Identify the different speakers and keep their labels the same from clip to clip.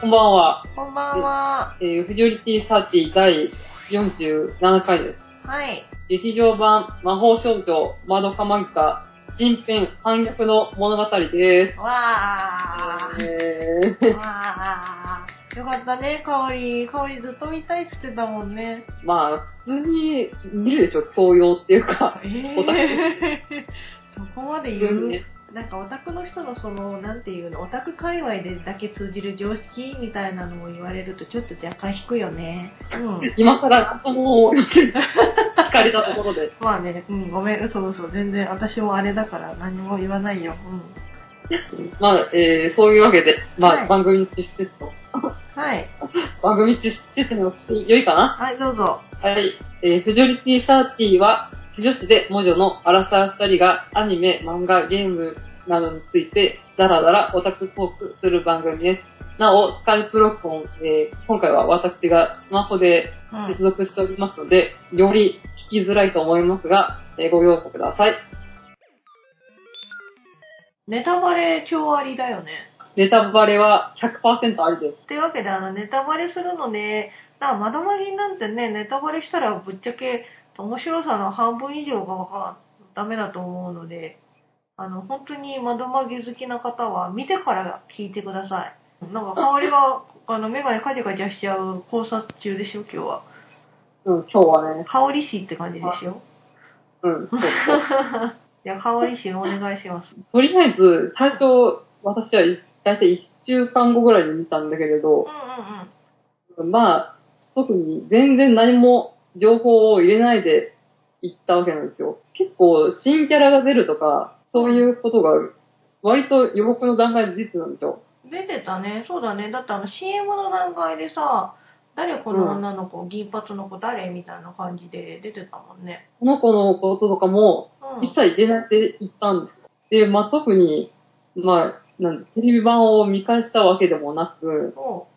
Speaker 1: こんばんは。
Speaker 2: こんばんは。
Speaker 1: えー、フジョリティサーティ第47回です。
Speaker 2: はい。
Speaker 1: 劇場版魔法少女まどかマギカ新編反逆の物語で
Speaker 2: わ
Speaker 1: す。え
Speaker 2: ー。わー。よかったね、かおり。かおりずっと見たいって言ってたもんね。
Speaker 1: ー、まあ、普通に見るでしょ、教養っていうか。
Speaker 2: え
Speaker 1: オタク
Speaker 2: ー、そこまで言う、
Speaker 1: ね
Speaker 2: なんかオタクの人のその、なんていうの、オタク界隈でだけ通じる常識みたいなのを言われるとちょっと若干引くよね。うん。
Speaker 1: 今更、子供を聞かれたところで。
Speaker 2: まあね、うん、ごめん、嘘嘘。全然私もあれだから何も言わないよ。うん。
Speaker 1: まあ、えー、そういうわけで、まあ、
Speaker 2: はい
Speaker 1: 番組の知識テスト。
Speaker 2: はい。
Speaker 1: 番組知識テストのして良いかな
Speaker 2: はい、どうぞ。
Speaker 1: はい。えー、フジョリティサーティは、非女子で文女のアラサー二人がアニメ、漫画、ゲームなどについて、ダラダラオタクトークする番組です。なお、スカイプロコン、えー、今回は私がスマホで
Speaker 2: うん。
Speaker 1: 接続しておりますので、より聞きづらいと思いますが、えーご容赦ください。
Speaker 2: ネタバレ超ありだよね。
Speaker 1: ネタバレは100%ありです。
Speaker 2: というわけであのネタバレするのねだからまだまぎなんてねネタバレしたらぶっちゃけ面白さの半分以上がわかダメだと思うのであの本当にまどまぎ好きな方は見てから聞いてくださいなんか香りがあの眼鏡カチャカチャしちゃう考察中でしょ今日は
Speaker 1: うん、今日はね。
Speaker 2: 香り師って感じでしょ
Speaker 1: うん、そうそう。
Speaker 2: いや香り師お願いします
Speaker 1: とりあえず、最初、私はい大体1週間後ぐらいに見たんだけれ
Speaker 2: うん
Speaker 1: ど
Speaker 2: う、ん
Speaker 1: まあ、特に全然何も情報を入れないで行ったわけなんですよ。結構、新キャラが出るとか、そういうことが、割と予告の段階で出てたんですよ。
Speaker 2: うん出てたねそうだねだってあの CM の段階でさ誰この女の子、銀髪の子誰みたいな感じで出てたもんね
Speaker 1: この子のこととかも、
Speaker 2: うん
Speaker 1: 一切入れないで行ったんですよ。で、まあ、特に、まあ、なんテレビ版を見返したわけでもなく、
Speaker 2: そ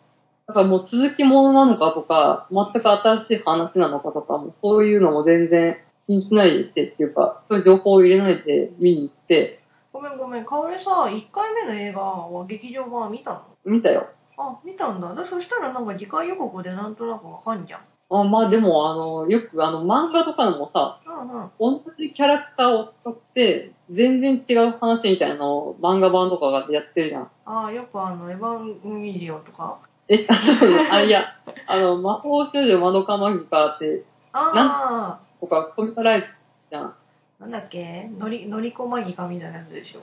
Speaker 1: だからもう続きものなのかとか、全く新しい話なのかとかも、そういうのも全然気にしないでっていうか、そういう情報を入れないで見に行って、
Speaker 2: うごめんごめん、かおりさ、1回目の映画は劇場版見たの
Speaker 1: 見たよ。
Speaker 2: あ、見たんだ。だそしたらなんか次回予告でなんとなくわかんじゃん。
Speaker 1: あまあでも、あの、よくあの漫画とかでもさ、
Speaker 2: うんうん。
Speaker 1: 同じキャラクターを使って、全然違う話みたいなのを漫画版とかがやって るじゃん。
Speaker 2: あよくあの、エヴァンゲリオンとか。
Speaker 1: え、あ、そうそうあ、いや、あの、魔法少女まどかマギカって、
Speaker 2: あ
Speaker 1: とか、コミカライズじゃん。
Speaker 2: ー、なんだっけのり、のりこまぎかみたいなやつでしょ。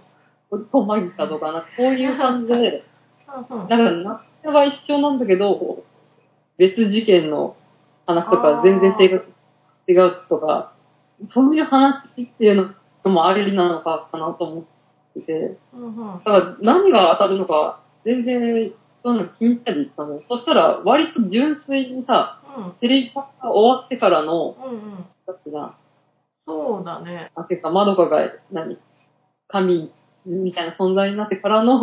Speaker 1: コミカマギカとか、なんかこういう感じで、
Speaker 2: うんうん。
Speaker 1: だから、夏目は一緒なんだけど、別事件の話とか、全然性格違うとか、そういう話っていうのもありなのかなと思ってて、
Speaker 2: うんうん
Speaker 1: だ。から何が当たるのか、全然、そういうの気にしたり言ったの。そしたら、割と純粋にさ、テレビ版が終わってからの、
Speaker 2: うん。うんうん。
Speaker 1: だってな、
Speaker 2: そうだね。
Speaker 1: あ、てか、まどかが、何、神みたいな存在になってからの、
Speaker 2: うん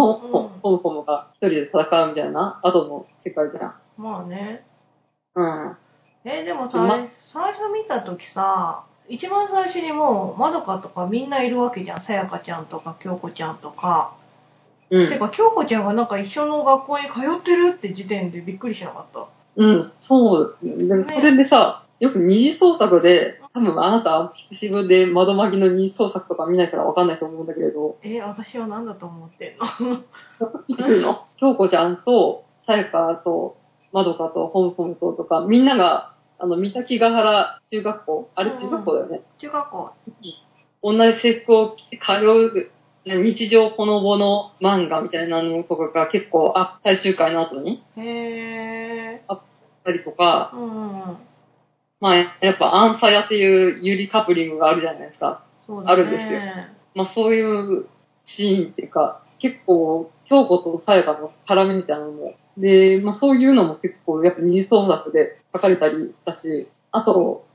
Speaker 1: ホムホムが一人で戦うみたいな、後の世界じゃん。
Speaker 2: まあね。
Speaker 1: うん。
Speaker 2: え、でも
Speaker 1: う
Speaker 2: さ
Speaker 1: ま、
Speaker 2: 最初見たときさ、一番最初にもう、まどかとかみんないるわけじゃん。さやかちゃんとか、きょうこちゃんとか。
Speaker 1: う
Speaker 2: て
Speaker 1: ん。
Speaker 2: か、京子ちゃんがなんか一緒の学校に通ってるって時点でびっくりしなかった。
Speaker 1: うん、そう。でも
Speaker 2: ね
Speaker 1: それでさ、よく二次創作で、多分あなたはピクシブで窓巻きの二次創作とか見ないからわかんないと思うんだけれど、
Speaker 2: え、私は何だと思ってんの
Speaker 1: いつの、京子ちゃんと、さやかと、まどかと、ほんほんととか、みんなが、あの、三滝ヶ原中学校、あれ中学校だよね。
Speaker 2: 中学校。
Speaker 1: 同じ制服を着て通う、日常ほのぼの漫画みたいなのとかが結構、あ、最終回の後に、
Speaker 2: へえ。
Speaker 1: たりとか、
Speaker 2: ー。うんうん。
Speaker 1: まあ、やっぱアンサヤっていうユリカップリングがあるじゃないですか。
Speaker 2: そうだね。
Speaker 1: あるんですよまあそういうシーンっていうか、結構、京子とさやかの絡みみたいなのも。で、まあそういうのも結構、やっぱ二次創作で書かれたりしたし、あと、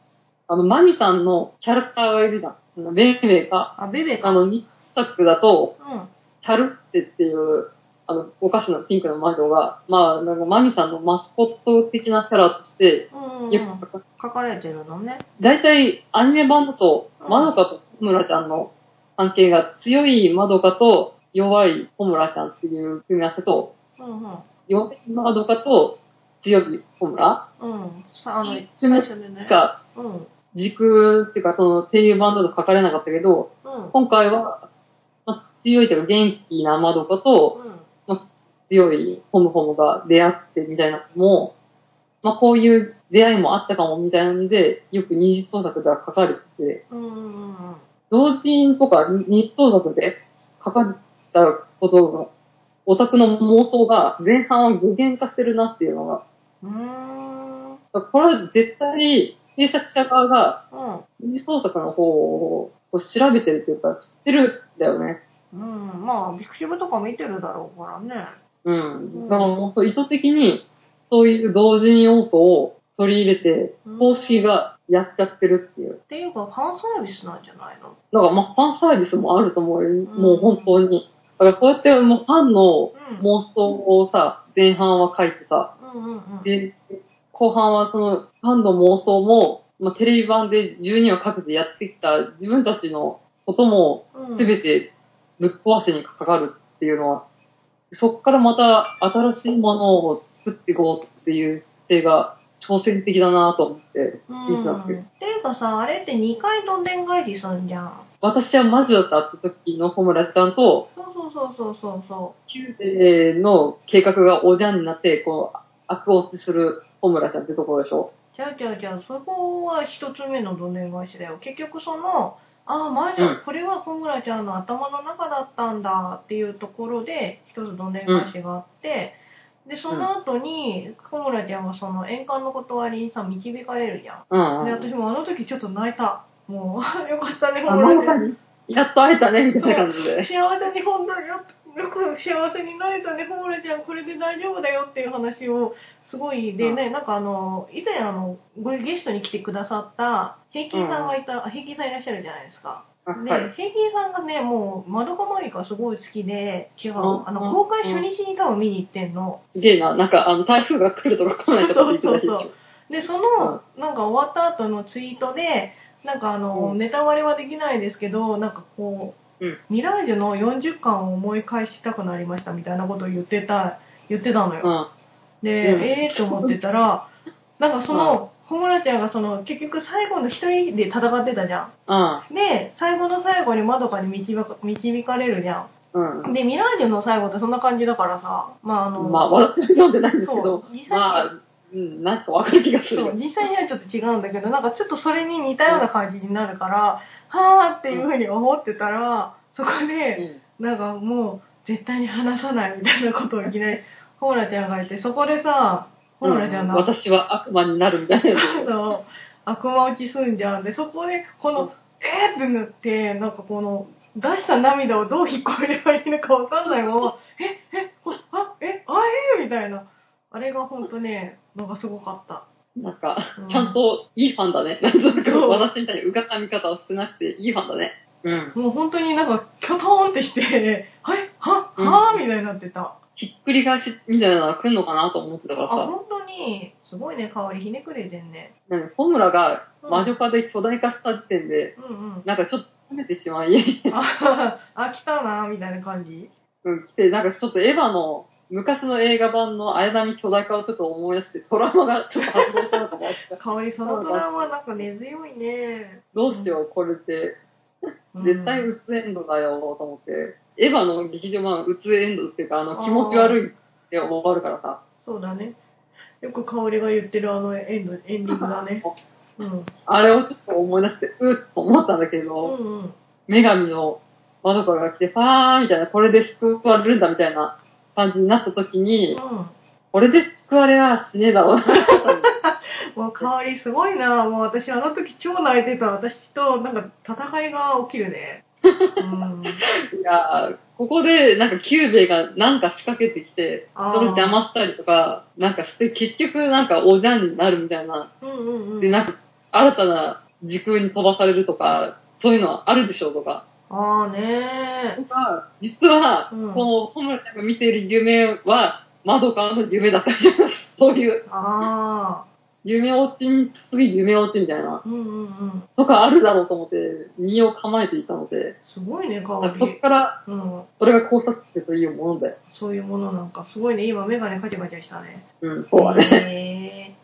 Speaker 1: あの、マミさんのキャラクターがいるじゃん。あのベイベイが、
Speaker 2: あ、ベベ
Speaker 1: あ
Speaker 2: か。
Speaker 1: の、日作だと、
Speaker 2: うん。
Speaker 1: チャルッテっていうあの、お菓子のピンクの魔女が、まあ、なんかマミさんのマスコット的なキャラとして、
Speaker 2: うん、うん、
Speaker 1: よく描か
Speaker 2: 書かれてるのね。
Speaker 1: 大体アニメ版だと
Speaker 2: う、ん
Speaker 1: まどかと小村ちゃんの関係が強いまどかと弱い小村ちゃんっていう組み合わせと、
Speaker 2: うん、うん。
Speaker 1: 弱いまどかと強い小村
Speaker 2: うん。さあの、
Speaker 1: うん
Speaker 2: 最初でね
Speaker 1: し。か
Speaker 2: うん。うん。
Speaker 1: 軸っていうかその声優版だと書かれなかったけど、今回は、まあ、強いというか元気なまどかと
Speaker 2: うん。
Speaker 1: 強いホムホムが出会ってみたいなのも、まあこういう出会いもあったかもみたいなんで、よく二次創作では書かれてて、
Speaker 2: うんうんうん。
Speaker 1: 同人とか日当作で書かれたことが、オタクの妄想が前半は具現化してるなっていうのが、
Speaker 2: うーん。うん。
Speaker 1: これは絶対制作者側が二次創作の方をこう調べてるっていうか知ってるんだよね。
Speaker 2: うん。まあ、ビクシブとか見てるだろうからね。
Speaker 1: うん。だからもっと意図的にそういう同人要素を取り入れて、
Speaker 2: うん
Speaker 1: 公式がやっちゃってるっていう。
Speaker 2: っていうか、ファンサービスなんじゃないの
Speaker 1: だからまあファンサービスもあると思うよ。もう本当に。だからこうやってもうファンの
Speaker 2: うん。
Speaker 1: 妄想をさ、前半は書いてさ、
Speaker 2: うんうんうん。
Speaker 1: で、後半はそのファンの妄想も、まあ、テレビ版で12話各自やってきた自分たちのことも
Speaker 2: うん
Speaker 1: 全てぶっ壊しにかかるっていうのは、そっからまた新しいものを作っていこうっていう姿勢が挑戦的だなと思って、
Speaker 2: うんっていうかさ、あれって2回どんでん返しすんじゃん。
Speaker 1: 私は魔女だった時の小村さんと、
Speaker 2: そうそうそうそうそうそ
Speaker 1: 宮廷の計画がおじゃんになって、こう、悪落ちする小村さんってところでしょ。
Speaker 2: う。じゃあじゃあじゃあ、そこは一つ目のどんでん返しだよ。結局その、ああ、マジ
Speaker 1: うん
Speaker 2: これは小村ちゃんの頭の中だったんだっていうところで、一つどんでん返しがあって、で、その後に、小村ちゃんはその円環の断りにさ、導かれるじゃ。
Speaker 1: うん、うんん。
Speaker 2: で、私もあの時ちょっと泣いた。もう、 よかったね、小
Speaker 1: あ、
Speaker 2: 村
Speaker 1: ま
Speaker 2: ちゃん
Speaker 1: さ。に、やっと会えたね、みたいな感じで。
Speaker 2: 幸せに本当によよく幸せになれたね、ホーレちゃん、これで大丈夫だよっていう話を、すごい、でね、なんかあの、以前あの、ごゲストに来てくださった、平均さんがいた、あ平均さんいらっしゃるじゃないですか。
Speaker 1: あ
Speaker 2: で、
Speaker 1: はい。
Speaker 2: 平均さんがね、もう、窓かマギカすごい好きで、違う、
Speaker 1: うん
Speaker 2: あ
Speaker 1: う
Speaker 2: の、
Speaker 1: ん
Speaker 2: 公開初日に多分見に行ってんの。
Speaker 1: すげえな、なんか、あの、台風が来るとか来ないとかって言ってたし。
Speaker 2: で、その、なんか終わった後のツイートで、なんかあの、
Speaker 1: うん
Speaker 2: ネタ割れはできないですけど、なんかこう、
Speaker 1: うん
Speaker 2: ミラージュの40巻を思い返したくなりましたみたいなことを言ってた、言ってたの
Speaker 1: う
Speaker 2: よ。
Speaker 1: ん。
Speaker 2: で、
Speaker 1: うん
Speaker 2: ええー、と思ってたら、なんかその、ホムラちゃんがその、結局最後の一人で戦ってたじゃ
Speaker 1: うん。
Speaker 2: ん。で、最後の最後にまどかに導か導かれるじゃ
Speaker 1: うん。
Speaker 2: ん。で、ミラージュの最後ってそんな感じだからさ、まああの、
Speaker 1: まあ、私は読んでないんですけ
Speaker 2: そう
Speaker 1: ど、、
Speaker 2: 実際に、
Speaker 1: まあ、うん、なんかわかる気がす
Speaker 2: そう
Speaker 1: る。
Speaker 2: 実際にはちょっと違うんだけどなんかちょっとそれに似たような感じになるから、はあっていうふうに思ってたらそこ
Speaker 1: う
Speaker 2: で
Speaker 1: ん
Speaker 2: なんかもう絶対に話さないみたいなことをいきなりホーラちゃんが言ってそこでさホーラちゃん
Speaker 1: う
Speaker 2: の
Speaker 1: ん私は悪魔になるみたいなやつ。
Speaker 2: あの悪魔落ちすんじゃんでそこでこ
Speaker 1: うん
Speaker 2: の「えっ!」ってなってなんかこの出した涙をどう引っ込めればいいのかわかんないまま「ええこあえあえーみたいなあれがほんとねなんかすごかった。
Speaker 1: なんか
Speaker 2: うん、
Speaker 1: ちゃんといいファンだね。なんか、
Speaker 2: そう
Speaker 1: 私みたいにうがった見方をしてなくていいファンだね。うん。
Speaker 2: もう本当になんか、キョトーンってして、 はいは
Speaker 1: うん
Speaker 2: はみたいになってた。
Speaker 1: ひっくり返しみたいなのが来るのかなと思ってたか
Speaker 2: あ、
Speaker 1: らさ。
Speaker 2: 本当に、すごいね、香りひねくれてんね。
Speaker 1: なんか、ホムラが
Speaker 2: うん
Speaker 1: 魔女化で巨大化した時点で、
Speaker 2: うんうん。
Speaker 1: なんかちょっと冷めてしまい、
Speaker 2: あ、 飽きたな、みたいな感じ。
Speaker 1: うん、で、なんかちょっとエヴァの、昔の映画版の綾波巨大化をちょっと思い出して、トラウマがちょっと発動したのかもし れない
Speaker 2: 香りそのトラウマなんか根強いね。
Speaker 1: どうしよう、これって。
Speaker 2: うん
Speaker 1: 絶対ウツエンドだよ、と思って。エヴァの劇場版ウツエンドっていうか、あの、気持ち悪いって終わるからさ。
Speaker 2: そうだね。よく香りが言ってるあのエンド、エンディングだ ね。うん。
Speaker 1: あれをちょっと思い出して、うっと思ったんだけ
Speaker 2: う
Speaker 1: ど、
Speaker 2: んうん。
Speaker 1: 女神のマドカが来て、ファーみたいな、これで救われるんだみたいな感じになった時に、
Speaker 2: う
Speaker 1: これで救われはしねえだろうな、と思ったんだ
Speaker 2: ん。もう香りすごいな。もう私あの時超泣いてた。私となんか戦いが起きる ね。うん。
Speaker 1: いやーここでなんかキューベイがなんか仕掛けてきて、そ
Speaker 2: あー
Speaker 1: れを邪魔したりとか、なんかして、結局なんかおじゃんになるみたいな。
Speaker 2: うんうんうん。
Speaker 1: で、なんか新たな時空に飛ばされるとか、そういうのはあるでしょうとか、
Speaker 2: ああね
Speaker 1: が、実は、
Speaker 2: うん
Speaker 1: この、ホムラちゃんが見ている夢は、マドカーの夢だったりします。 そういう、
Speaker 2: ああ
Speaker 1: 夢落ちに、次夢落ちみたいな、
Speaker 2: うんうんうん
Speaker 1: とかあるだろうと思って、身を構えていたので、
Speaker 2: すごいね香
Speaker 1: そこ
Speaker 2: り
Speaker 1: から、
Speaker 2: うん
Speaker 1: それが考察してというもので、
Speaker 2: そういうものなんかすごいね今メガネカチャカチャしたね
Speaker 1: うん、そうはね。
Speaker 2: ね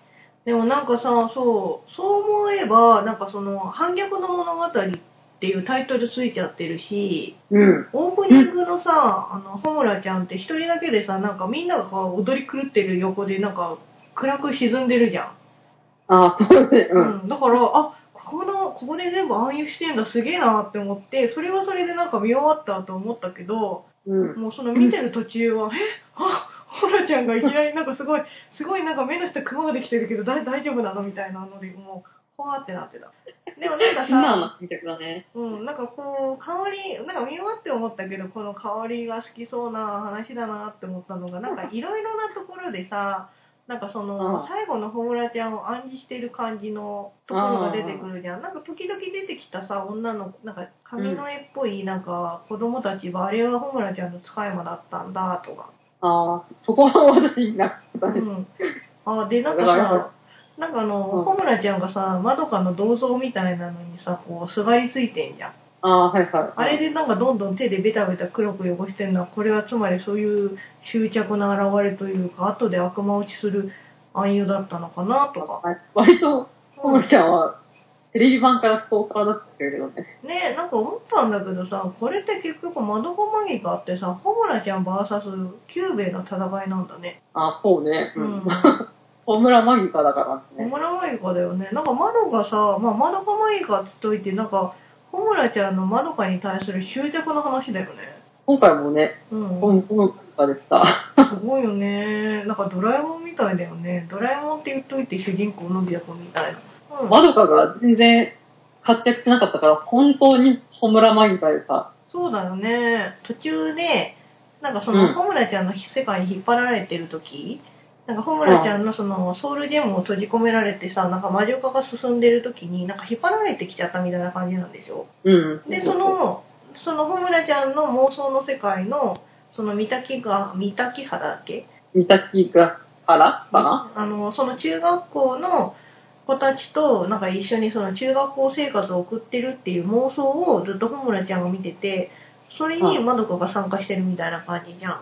Speaker 2: でもなんかさそうそう思えばなんかその「反逆の物語」っていうタイトルついちゃってるし
Speaker 1: うん。
Speaker 2: オープニングのさ、あの、ホムラちゃんって一人だけでさ、なんかみんながさ、踊り狂ってる横で、なんか、暗く沈んでるじゃ
Speaker 1: ああ、そうね。
Speaker 2: ん。
Speaker 1: うん。
Speaker 2: だから、あ、ここの、ここで全部暗喩してんだ、すげえなって思って、それはそれでなんか見終わったと思ったけど、
Speaker 1: うん。
Speaker 2: もうその見てる途中は、えあ、ホムラちゃんがいきなりなんかすごい、すごいなんか目の下クマができてるけど、だい大丈夫なのみたいなので、もう、ほわってなってた。でもなんか
Speaker 1: 素直
Speaker 2: さ、
Speaker 1: な観客だね。
Speaker 2: うん、なんかこう、香り、なんか見終わって思ったけど、この香りが好きそうな話だなって思ったのが、なんかいろいろなところでさ、 なんかその、
Speaker 1: うん
Speaker 2: 最後のホムラちゃんを暗示してる感じのところが出てくるじゃん。なんか時々出てきたさ、女の、なんか髪の絵っぽい、なんか子供たちは、あれはホムラちゃんの使い魔だったんだ、とか。
Speaker 1: ああ、そこは私、なくてた
Speaker 2: う
Speaker 1: ね。
Speaker 2: ん。あ、で、なんか
Speaker 1: だから
Speaker 2: さ、なんかあの、
Speaker 1: うん
Speaker 2: ホムラちゃんがさ、まどかの銅像みたいなのにさ、こう、すがりついてんじゃん。
Speaker 1: ああ、はいはい。
Speaker 2: あれでなんかどんどん手でベタベタ黒く汚してるのはこれはつまりそういう執着の表れというか後で悪魔落ちする暗喩だったのかなとか、
Speaker 1: はい、割と、コムちゃんは、テレビ版からストーカーだったけどね。
Speaker 2: ねなんか思ったんだけどさこれって結局マドコマギカってさホムラちゃん VS キューベイの戦いなんだね
Speaker 1: あ、そうね。う
Speaker 2: うんん。
Speaker 1: ホムラマギカだから
Speaker 2: ホ
Speaker 1: ね。
Speaker 2: ムラマギカだよねなんかマドがさ、まあ、マドコマギカっつっといてなんかホムラちゃんのマドカに対する執着の話だよね
Speaker 1: 今回もね、
Speaker 2: うん
Speaker 1: ホムホムカでした。
Speaker 2: すごいよね。なんかドラえもんみたいだよね。ドラえもんって言っといて主人公のびだこみたいな。うん。
Speaker 1: マドカが全然活躍しなかったから、本当にホムラマギカでさ、
Speaker 2: そうだよね。途中で、なんかそうの、
Speaker 1: ん
Speaker 2: ホムラちゃんの世界に引っ張られてる時、なんかホムラちゃんのその、ソウルジェムを閉じ込められてさ、なんか魔女化が進んでる時に、なんか引っ張られてきちゃったみたいな感じなんでしょ
Speaker 1: うん。
Speaker 2: で、そ、の、そのホムラちゃんの妄想の世界の、その、三滝が、三滝肌だっけ
Speaker 1: 三滝が原かな
Speaker 2: あのその中学校の子たちとなんか一緒にその中学校生活を送ってるっていう妄想をずっとホムラちゃんが見ててそれにまどかが参加してるみたいな感じじゃん。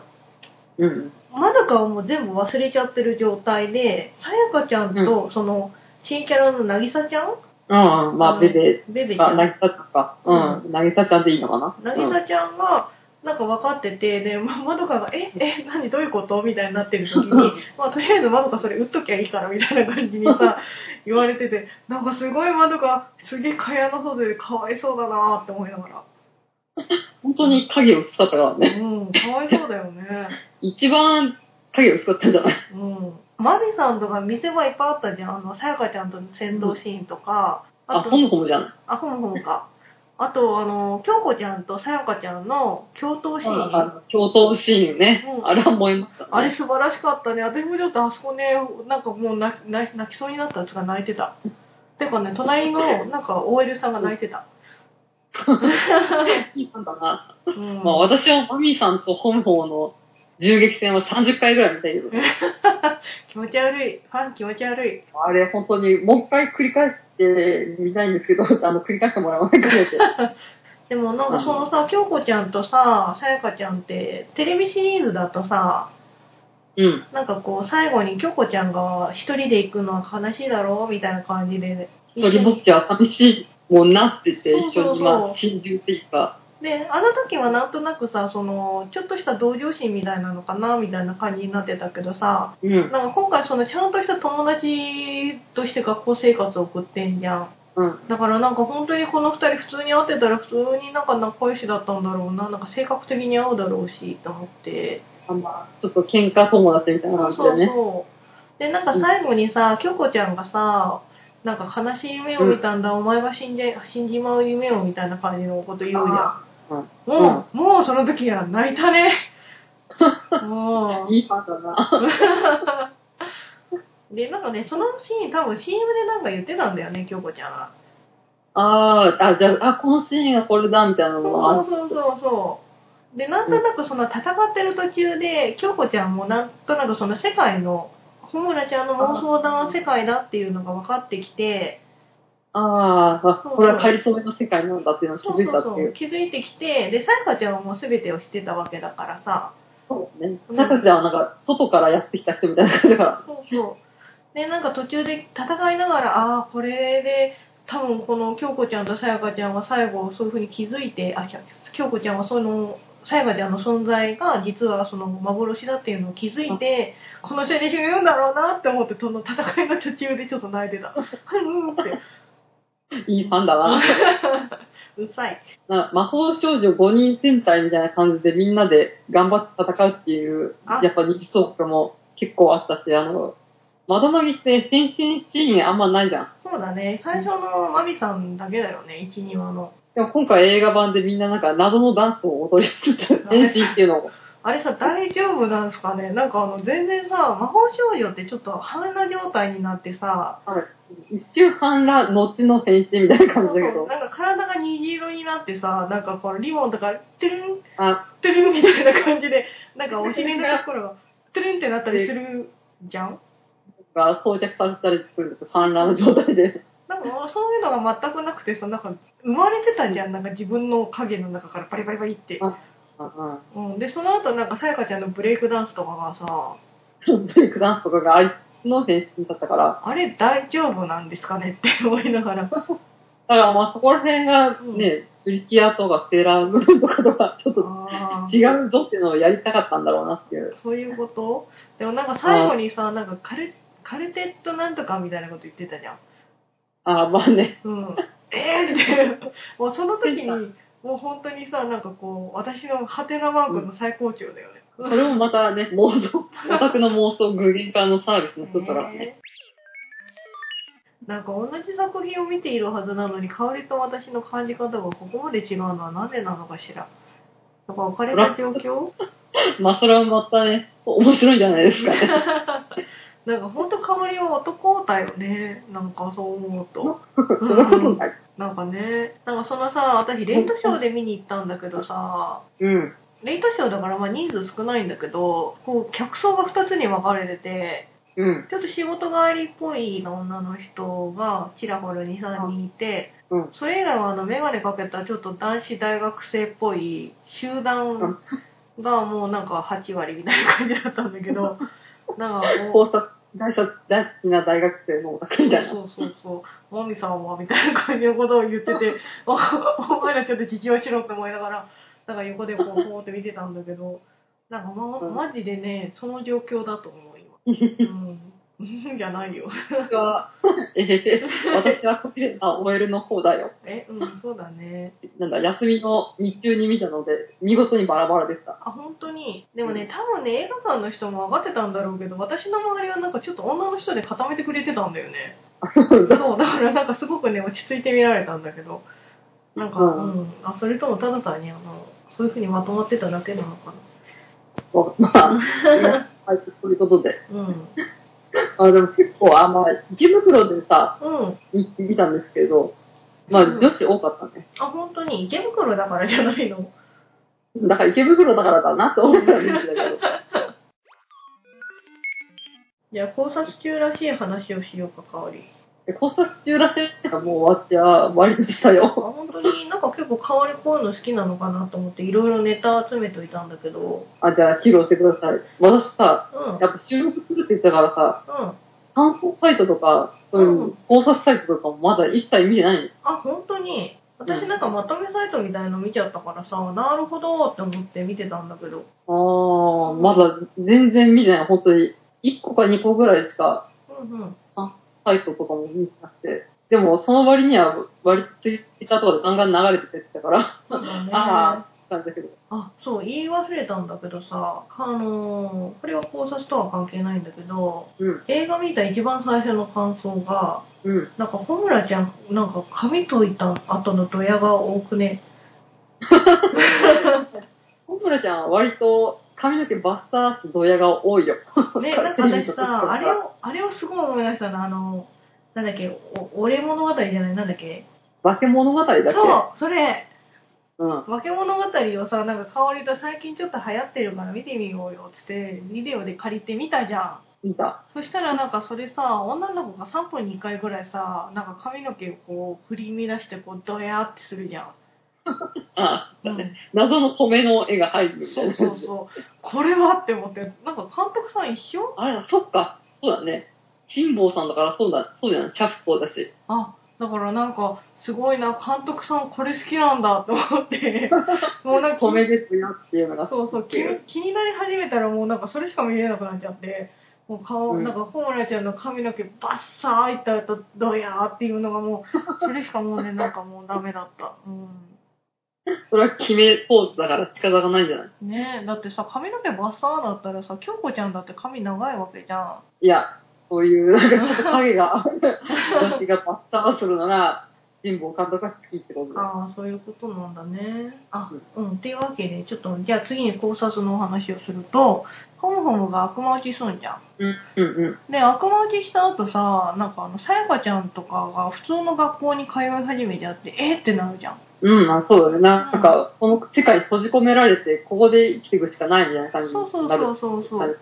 Speaker 1: うん。
Speaker 2: まどかはもう全部忘れちゃってる状態でさやかちゃんとその新キャラのなぎさちゃん
Speaker 1: うん、まあ、ベベ、
Speaker 2: ベベち ゃ
Speaker 1: あ、
Speaker 2: ん
Speaker 1: なぎさちゃんか。うん。なぎさちゃんでいいのかな
Speaker 2: なぎさちゃんがなんか分かっててでままどかが「ええ何どういうこと?」みたいになってる時にまあ、とりあえず窓かそれ打っときゃいいからみたいな感じにさ 言われててなんかすごい窓がすげえ蚊帳の外でかわいそうだなーって思いながら
Speaker 1: 本当に影薄かったからね。
Speaker 2: うんかわいそうだよね
Speaker 1: 一番影薄かったんじゃない
Speaker 2: うんマミさんとか見せ場いっぱいあったじゃんあのさやかちゃんとの戦闘シーンとか、
Speaker 1: あ、
Speaker 2: あと
Speaker 1: ホムホムじゃん。
Speaker 2: あほんほんかあとあの京子ちゃんとさやかちゃんの共闘シーン
Speaker 1: あの共闘シーンね、
Speaker 2: うん
Speaker 1: あれは燃えましたね。
Speaker 2: あれ素晴らしかったね。私もちょっとあそこね、なんかもう泣き泣き泣きそうになったやつが泣いてた。てかね、隣のなんか OL さんが泣いてた。
Speaker 1: いいなんだな。
Speaker 2: うん
Speaker 1: まあ私はマミーさんと本邦の銃撃戦は30回ぐらい見たけど、
Speaker 2: 気持ち悪い。ファン気持ち悪い。
Speaker 1: あれ本当にもう一回繰り返してみたいんですけど、 あの繰り返してもらわないかねって。
Speaker 2: でもなんかそのさ、京子ちゃんとさ、さやかちゃんって、テレビシリーズだとさ、
Speaker 1: うん。
Speaker 2: なんかこう最後に京子ちゃんが一人で行くのは悲しいだろうみたいな感じで、一
Speaker 1: 一
Speaker 2: 緒
Speaker 1: 人ぼ
Speaker 2: に
Speaker 1: っちは寂しいもんなって言って、
Speaker 2: そう
Speaker 1: 一
Speaker 2: そ
Speaker 1: 緒
Speaker 2: うそう
Speaker 1: にまあ、心中っていうか、
Speaker 2: で、あの時はなんとなくさ、その、ちょっとした同情心みたいなのかなみたいな感じになってたけどさ、
Speaker 1: うん。
Speaker 2: なんか今回そのちゃんとした友達として学校生活を送ってんじゃん
Speaker 1: うん。
Speaker 2: だからなんか本当にこの二人普通に会ってたら普通になんか仲良しだったんだろうななんか性格的に合うだろうしと思って
Speaker 1: あまあ、ちょっと喧嘩友達みたいな
Speaker 2: そう
Speaker 1: 感じ
Speaker 2: そう
Speaker 1: でね。
Speaker 2: そうでなんか最後にさ京子ちゃんがさなんか悲しい夢を見たんだ、お前が死んじゃ死んじまう夢をみたいな感じのこと言うじゃん
Speaker 1: うん
Speaker 2: もう、もうその時は泣いた ねもう
Speaker 1: いいファンだな。
Speaker 2: で、なんかね、そのシーン、多分 CM でなんか言ってたんだよね、京子ちゃんが。
Speaker 1: あーあ、じゃあ、あ、このシーンがこれだ、みたいな
Speaker 2: そう
Speaker 1: のは。
Speaker 2: そうそうそう。で、なんとなくその戦ってる途中で、京子ちゃんもなんとなくその世界の、穂村ちゃんの妄想だ世界だっていうのが分かってきて、
Speaker 1: ああ、
Speaker 2: そうそう
Speaker 1: これは仮初めの世界なんだっていうのを気
Speaker 2: そう
Speaker 1: づい
Speaker 2: そ
Speaker 1: た
Speaker 2: う
Speaker 1: っ
Speaker 2: そ、
Speaker 1: ていうう。
Speaker 2: 気づいてきて、で、さやかちゃんはもう全てを知ってたわけだからさ、
Speaker 1: そうね
Speaker 2: う。ん
Speaker 1: さかちゃんはなんか、外からやってきた人みたいな感じだから。
Speaker 2: そうそう。で、なんか途中で戦いながら、ああー、これで、多分この京子ちゃんとさやかちゃんは最後そういう風に気づいて、あ、じゃ京子ちゃんはその、さやかちゃんの存在が実はその幻だっていうのを気づいて、このセリフ言うんだろうなって思って、その戦いの途中でちょっと泣いてた。うんうんって。
Speaker 1: いいファンだな。
Speaker 2: うさい。
Speaker 1: な魔法少女5人戦隊みたいな感じでみんなで頑張って戦うっていう
Speaker 2: あ、
Speaker 1: やっぱ二期トークも結構あったし、あの、窓マギって戦進シーンあんまないじゃん。
Speaker 2: そうだね。最初のマミさんだけだよね、1、2話の。
Speaker 1: でも今回映画版でみんななんか謎のダンスを踊りつつ、戦進っていうのを。
Speaker 2: あれさ、大丈夫なんですかねなんかあの、全然さ、魔法少女ってちょっと半裸状態になってさ、
Speaker 1: 一周半ら後の変身みたいな
Speaker 2: な
Speaker 1: 感
Speaker 2: ん
Speaker 1: じだけど、
Speaker 2: か体が虹色になってさ、なんかこのリボンとか、トゥルン、
Speaker 1: あ、
Speaker 2: トゥルンみたいな感じで、なんかお尻のところが、トゥルンってなったりするじゃん
Speaker 1: が装着されたりすると半らの状態で。
Speaker 2: なんかもうそういうのが全くなくてさ、なんか生まれてたじゃん、なんか自分の影の中からバリバリバリって。
Speaker 1: うん
Speaker 2: うん、で、その後なんかさやかちゃんのブレイクダンスとかがさ、
Speaker 1: うん。ブレイクダンスとかがあいつの変身だったから、
Speaker 2: あれ大丈夫なんですかねって思いながら。
Speaker 1: だからまあそこら辺がね、プリキュアとかセーラームーンとかとかちょっと
Speaker 2: あー
Speaker 1: 違うぞっていうのをやりたかったんだろうなっていう。
Speaker 2: そういうことでもなんか最後にさ、なんかカルカルテットなんとかみたいなこと言ってたじゃん。
Speaker 1: ああ、まあね。
Speaker 2: うん。えーって。もうその時に、もう本当にさ、なんかこう、私のハテナマークの最高潮だよね。
Speaker 1: それもまたね、妄想、オタクの妄想具現化のサービスの一つだからね。
Speaker 2: ねなんか同じ作品を見ているはずなのに、香りと私の感じ方がここまで違うのはなんでなのかしら。なんか置かれた状況
Speaker 1: まあそれはまたね、面白いんじゃないですかね。
Speaker 2: なんか本当香りは男だよね。なんかそう思う と。
Speaker 1: そんなことない。
Speaker 2: なんかね、なんかそのさ、私、レイトショーで見に行ったんだけどさ、
Speaker 1: うん。
Speaker 2: レイトショーだからまあ人数少ないんだけど、こう、客層が2つに分かれてて、
Speaker 1: うん。
Speaker 2: ちょっと仕事帰りっぽい女の人がちらほら2、3人いて、
Speaker 1: うん
Speaker 2: それ以外はあの、メガネかけたちょっと男子大学生っぽい集団がもうなんか8割みたいな感じだったんだけ ど、なんかこう、
Speaker 1: 考察、大卒、大好きな大学生のオタクみたいな。
Speaker 2: そうそうそう。マミさんはみたいな感じのことを言ってて、 おお前らちょっと自重しろって思いながら、なんか横でこう、こうって見てたんだけど、なんかま、
Speaker 1: うん
Speaker 2: マジでね、その状況だと思う、今。うん。 じゃない よ。
Speaker 1: 私は、えへへ私はこれ、あ、OL の方だよ。
Speaker 2: え、うん、そうだね。
Speaker 1: なんだ、休みの日中に見たので、見事にバラバラでした。
Speaker 2: あ、本当に。でもね、多分ね、映画館の人も分かってたんだろうけど、私の周りはなんかちょっと女の人で固めてくれてたんだよね。
Speaker 1: そうだ
Speaker 2: そう、だからなんかすごくね、落ち着いて見られたんだけど、なんか、う
Speaker 1: うんん、
Speaker 2: あ、それともただ単に、あの、そういうふうにまとまってただけなのか
Speaker 1: まあ、はい、ということで。
Speaker 2: な。うん。
Speaker 1: あでも結構、あ、まあ、池袋でさ、
Speaker 2: うん。
Speaker 1: 見見たんですけど、まあ、
Speaker 2: うん
Speaker 1: 女子多かったね。
Speaker 2: あ、本当に、池袋だからじゃないの。
Speaker 1: だから池袋だからだなと思ったんですけ ど。
Speaker 2: じゃあ、考察中らしい話をしようか、香り。
Speaker 1: で考察中らせんがもう私は割とした
Speaker 2: あ、
Speaker 1: よ。
Speaker 2: 本当になんか結構香りこういうの好きなのかなと思って、いろいろネタ集めといたんだけど、
Speaker 1: あ、じゃあ披露してください。私さ、
Speaker 2: うん。うん。
Speaker 1: やっぱ収録するって言ってたからさ、観光サイトとか、そう
Speaker 2: う
Speaker 1: い
Speaker 2: ん
Speaker 1: う考察サイトとかもまだ一切見てない。
Speaker 2: あ、本当に。私なんかまとめサイトみたいの見ちゃったからさ、なるほどって思って見てたんだけど。
Speaker 1: あー、まだ全然見てない、本当に。1個か2個ぐらいしか
Speaker 2: うんうん。
Speaker 1: サイトとかも見てなくて。でも、その割には、割とツイッターとかでガンガン流れててたから、
Speaker 2: そうだね。
Speaker 1: ああ、なんだけど。
Speaker 2: あ、そう、言い忘れたんだけどさ、あのーこれは考察とは関係ないんだけど、
Speaker 1: うん
Speaker 2: 映画見た一番最初の感想が、
Speaker 1: うん。
Speaker 2: なんか、ホムラちゃん、なんか、髪解いた後のドヤが多くね。
Speaker 1: 小村ちゃんは割と髪の毛バッサーしてドヤが多いよ。
Speaker 2: ね、なんか私 さ、あれを、あれをすごい思い出したの、あの、なんだっけ、お俺物語じゃない、なんだっけ、
Speaker 1: 化け物語だっけ
Speaker 2: そう、それ、
Speaker 1: うん。
Speaker 2: 化け物語をさ、なんか香りと最近ちょっと流行ってるから見てみようよっつって、ビデオで借りてみたじゃん。
Speaker 1: 見た。
Speaker 2: そしたらなんかそれさ、女の子が3分に1回ぐらいさ、なんか髪の毛をこう振り乱してこうドヤーってするじゃん。
Speaker 1: ああ、
Speaker 2: うん、
Speaker 1: 謎の染めの絵が入るみたい
Speaker 2: そう
Speaker 1: な。
Speaker 2: そうそう。これはって思って、なんか監督さん一緒
Speaker 1: あれ、そっか。そうだね。辛坊さんだからそうだ、そうじゃん。シャフトだし。
Speaker 2: あ、だからなんかすごいな、監督さんこれ好きなんだと思って、もうなんか
Speaker 1: 染めですよっていうのが。
Speaker 2: そうそう気に気になり始めたらもうなんかそれしか見れなくなっちゃってもう顔、
Speaker 1: うん
Speaker 2: なんかホムラちゃんの髪の毛バッサーいった後どやーっていうのがもうそれしかもうねなんかもうダメだった、う
Speaker 1: それは決めポーズだから仕方がないんじゃない
Speaker 2: ん、ねえだってさ髪の毛バッサーだったらさ京子ちゃんだって髪長いわけじゃん
Speaker 1: いや、そういう、なんかちょっと影が、私がバッターするなら、辛坊監督が好きってことだよ。
Speaker 2: ああそういうことなんだねあうんっていうわけでちょっとじゃあ次に考察のお話をするとホムホムが悪魔落ちすんじゃん
Speaker 1: うん、うん、うん。
Speaker 2: で、悪魔落ちした後さ、なんかあの、さやかちゃんとかが普通の学校に通い始めちゃって、えーってなるじゃん。
Speaker 1: うん、あそうだね。な
Speaker 2: うん
Speaker 1: んか、この世界に閉じ込められて、ここで生きていくしかないみたいな感じ
Speaker 2: そうそう
Speaker 1: になる。
Speaker 2: そうそうそ
Speaker 1: な
Speaker 2: う
Speaker 1: る。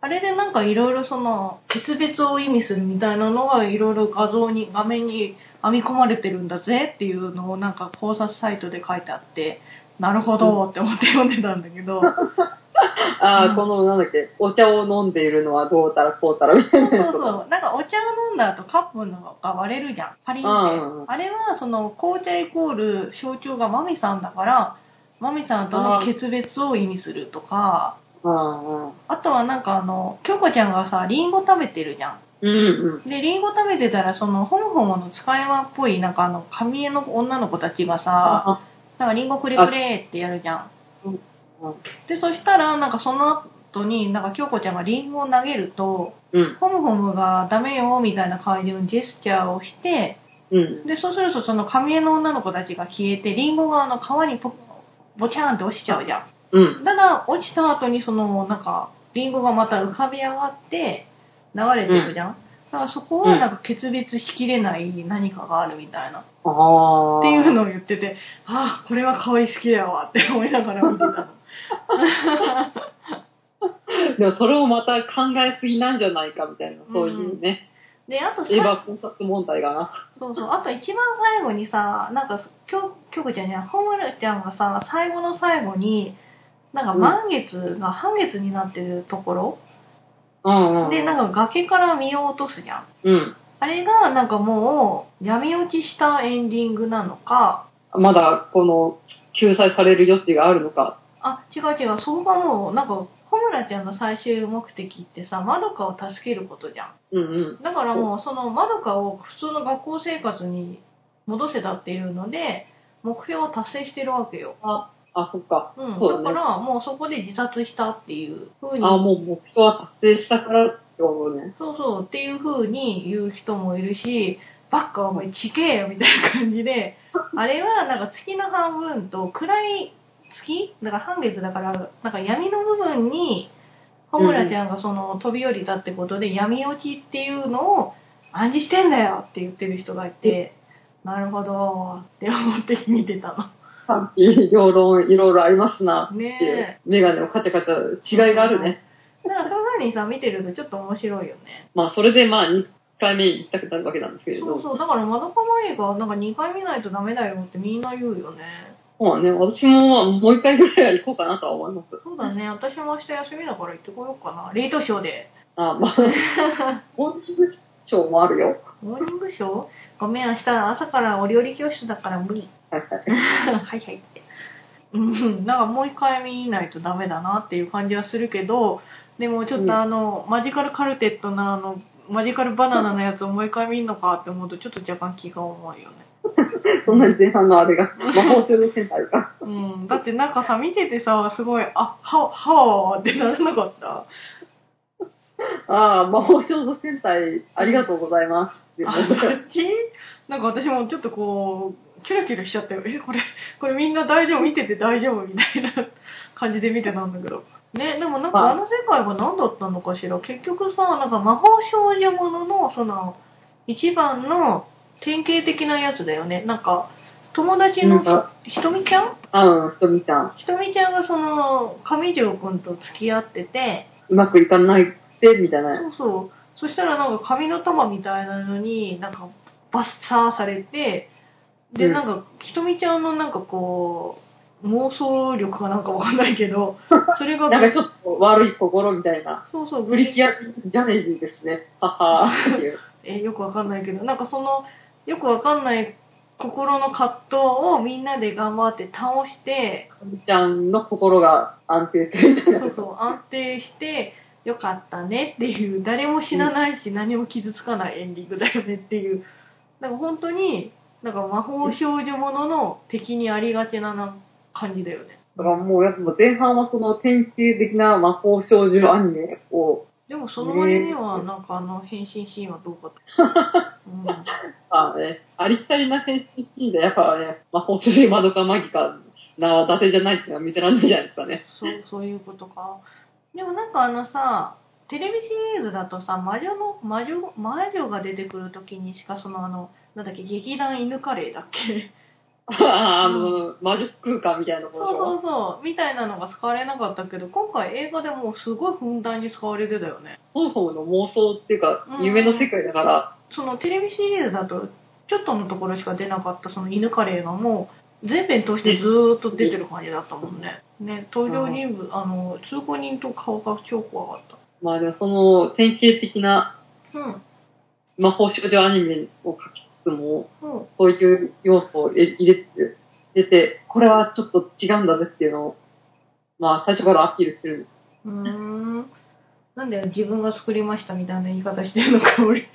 Speaker 2: あれでなんかいろいろその、決別を意味するみたいなのがいろいろ画像に、画面に編み込まれてるんだぜっていうのをなんか考察サイトで書いてあって、なるほどって思って読んでたんだけ ど、
Speaker 1: ああ、
Speaker 2: うん
Speaker 1: この、なんだっけ、お茶を飲んでいるのはどうたらこうたらみたい
Speaker 2: そうそう
Speaker 1: な。
Speaker 2: そう。なんかお茶を飲んだ後カップのが割れるじゃん。パリンって。
Speaker 1: うんうんうん
Speaker 2: あれはその紅茶イコール象徴がマミさんだから、マミさんとの決別を意味するとか、
Speaker 1: うん、うん。
Speaker 2: あとはなんかあの、京子ちゃんがさ、リンゴ食べてるじゃ
Speaker 1: うん、うん。
Speaker 2: ん。で、リンゴ食べてたら、その、ホモホモの使い魔っぽい、なんかあの、髪の女の子たちがさ、
Speaker 1: あ
Speaker 2: なんかリンゴくれくれってやるじゃん
Speaker 1: うんうん。
Speaker 2: で、そしたら、なんかその後に、なんか京子ちゃんがリンゴを投げると、
Speaker 1: うん、
Speaker 2: ホムホムがダメよみたいな感じのジェスチャーをして、
Speaker 1: うん。
Speaker 2: で、そうするとその髪の女の子たちが消えて、リンゴがあの川にポボチャーンって落ちちゃうじゃ
Speaker 1: うん。
Speaker 2: ん。ただ、落ちた後にその、なんか、リンゴがまた浮かび上がって、流れていくじゃん。だからそこはなんか決別しきれない何かがあるみたいな、
Speaker 1: ああ。
Speaker 2: っていうのを言ってて、ああ、これは可愛い好きだわって思いながら見て たの。
Speaker 1: でもそれをまた考えすぎなんじゃないかみたいな、そういうね、
Speaker 2: で、あとさ
Speaker 1: エヴァ考察問題がな。
Speaker 2: そうそう。あと一番最後にさ、なんか、きょ、きょこちゃんじゃない、ほむらちゃんがさ、最後の最後に、なんか
Speaker 1: うん
Speaker 2: 満月が半月になってるところ、
Speaker 1: うんうん。
Speaker 2: で、なん
Speaker 1: か、
Speaker 2: か崖から見落とすじゃん。
Speaker 1: うん。
Speaker 2: あれが、なんかもう、闇落ちしたエンディングなのか、
Speaker 1: まだ、この、救済される余地があるのか。
Speaker 2: あ、違う違う、そこがもう、なんか、ほむらちゃんの最終目的ってさ、まどかを助けることじゃん。
Speaker 1: うんうん。
Speaker 2: だからもう、そのまどかを普通の学校生活に戻せたっていうので、目標を達成してるわけよ。
Speaker 1: あ、そっか。
Speaker 2: うん、
Speaker 1: そうだ
Speaker 2: だ
Speaker 1: ね
Speaker 2: からもうそこで自殺したっていう風に
Speaker 1: あ、もう目標は達成したからって思うね。
Speaker 2: そうそうっていう風に言う人もいるしバッカお前ちけえよみたいな感じ であれはなんか月の半分と暗い月だから半月だからなんか闇の部分にホムラちゃんがその飛び降りたってことで闇落ちっていうのを暗示してんだよって言ってる人がいて。なるほどって思って見てた
Speaker 1: 賛否両論いろいろありますな。
Speaker 2: の。ね
Speaker 1: っていう
Speaker 2: え。
Speaker 1: メガネをカチャカチャ、違いがあるね。
Speaker 2: だからそういう風にさ、見てるとちょっと面白いよね。
Speaker 1: まあ、それでまあ、2回目行きたくなるわけなんですけれど。
Speaker 2: そうそう、だから、まどかまりが、なんか2回見ないとダメだよってみんな言うよね。
Speaker 1: そうだね。私ももう1回ぐらいは行こうかなとは思います。
Speaker 2: そうだね、私も明日休みだから行ってこようかな。レイトショーで。
Speaker 1: あ、まあ、モーニングショーもあるよ。
Speaker 2: モーニングショーごめん、明日朝からお料理教室だから無理。
Speaker 1: はいはい。
Speaker 2: はいはいって。うん、なんかもう一回見ないとダメだなっていう感じはするけど、でもちょっとあの、マジカルカルテットなあの、マジカルバナナのやつをもう一回見んのかって思うとちょっと若干気が重いよね。
Speaker 1: そんなに前半のあれが、魔法少女戦隊が。
Speaker 2: うん、だってなんかさ、見ててさ、すごい、あ、は、はーってならなかった。
Speaker 1: ああ、魔法少女戦隊、ありがとうございます。
Speaker 2: あ、 そっちなんか私もちょっとこう、キュルキュルしちゃったよ。え、これ、これみんな大丈夫、見てて大丈夫みたいな感じで見てたんだけど。ね、でもなん
Speaker 1: ま
Speaker 2: か
Speaker 1: あ
Speaker 2: あの世界は何だったのかしら。結局さ、なんか魔法少女ものの、その、一番の典型的なやつだよね。なんか、友達の
Speaker 1: なんか
Speaker 2: ひとみちゃん
Speaker 1: あうん、ひとみちゃん、
Speaker 2: ひとみちゃんがその、上条くんと付き合ってて、
Speaker 1: うまくいかないって、みたいな。
Speaker 2: そうそう。そしたらなんか紙の玉みたいなのに、なんかバッサーされて、で、
Speaker 1: うん
Speaker 2: なんか、ひとみちゃんのなんかこう、妄想力かなんかわかんないけ ど、それが、
Speaker 1: なんかちょっと悪い心みたいな。
Speaker 2: そうそう、
Speaker 1: ブリキアジャネジーですね。ははーっていう。
Speaker 2: えーよくわかんないけどなんかそのよくわかんない心の葛藤をみんなで頑張って倒して
Speaker 1: ひとみちゃんの心が安定するみ たいな。
Speaker 2: そうそう安定してよかったねっていう誰も死なないし何も傷つかないエンディングだよねっていうなんか本当になんか魔法少女ものの敵にありがちなな感じだよね
Speaker 1: だからもうやっぱ前半はその典型的な魔法少女アニメを、
Speaker 2: でもその割にはなんかあの変身シーンはどうかと、うん、
Speaker 1: まあね、ありきたりな変身シーンでやっぱね、魔法少女マドカマギカな伊達じゃないっていうのは見てらんないじゃないですかね。
Speaker 2: そう、そういうことか。でもなんかあのさ、テレビシリーズだとさ、魔女の、魔女、魔女が出てくるときにしか、そのあの、なんだっけ、劇団犬カレーだっけ
Speaker 1: あの、魔女空間みたいなとこ
Speaker 2: そう
Speaker 1: ろ
Speaker 2: そうそう、みたいなのが使われなかったけど、今回映画でもうすごいふんだんに使われてたよね。
Speaker 1: そもそもの妄想っていうか
Speaker 2: う、ん
Speaker 1: 夢の世界だから、
Speaker 2: そのテレビシリーズだと、ちょっとのところしか出なかったその犬カレーがもう、全編通してずーっと出てる感じだったもんね。ね、登場人物、あの、通行人と顔が超怖かっ
Speaker 1: まあでもその典型的な
Speaker 2: た。うん。
Speaker 1: 魔法少女アニメを描きつつも、
Speaker 2: うん。
Speaker 1: そういう要素を入れて、入れて、これはちょっと違うんだぜっていうのを、まあ最初からアピールする
Speaker 2: うーん。なんだよ、自分が作りましたみたいな言い方してるのか、俺。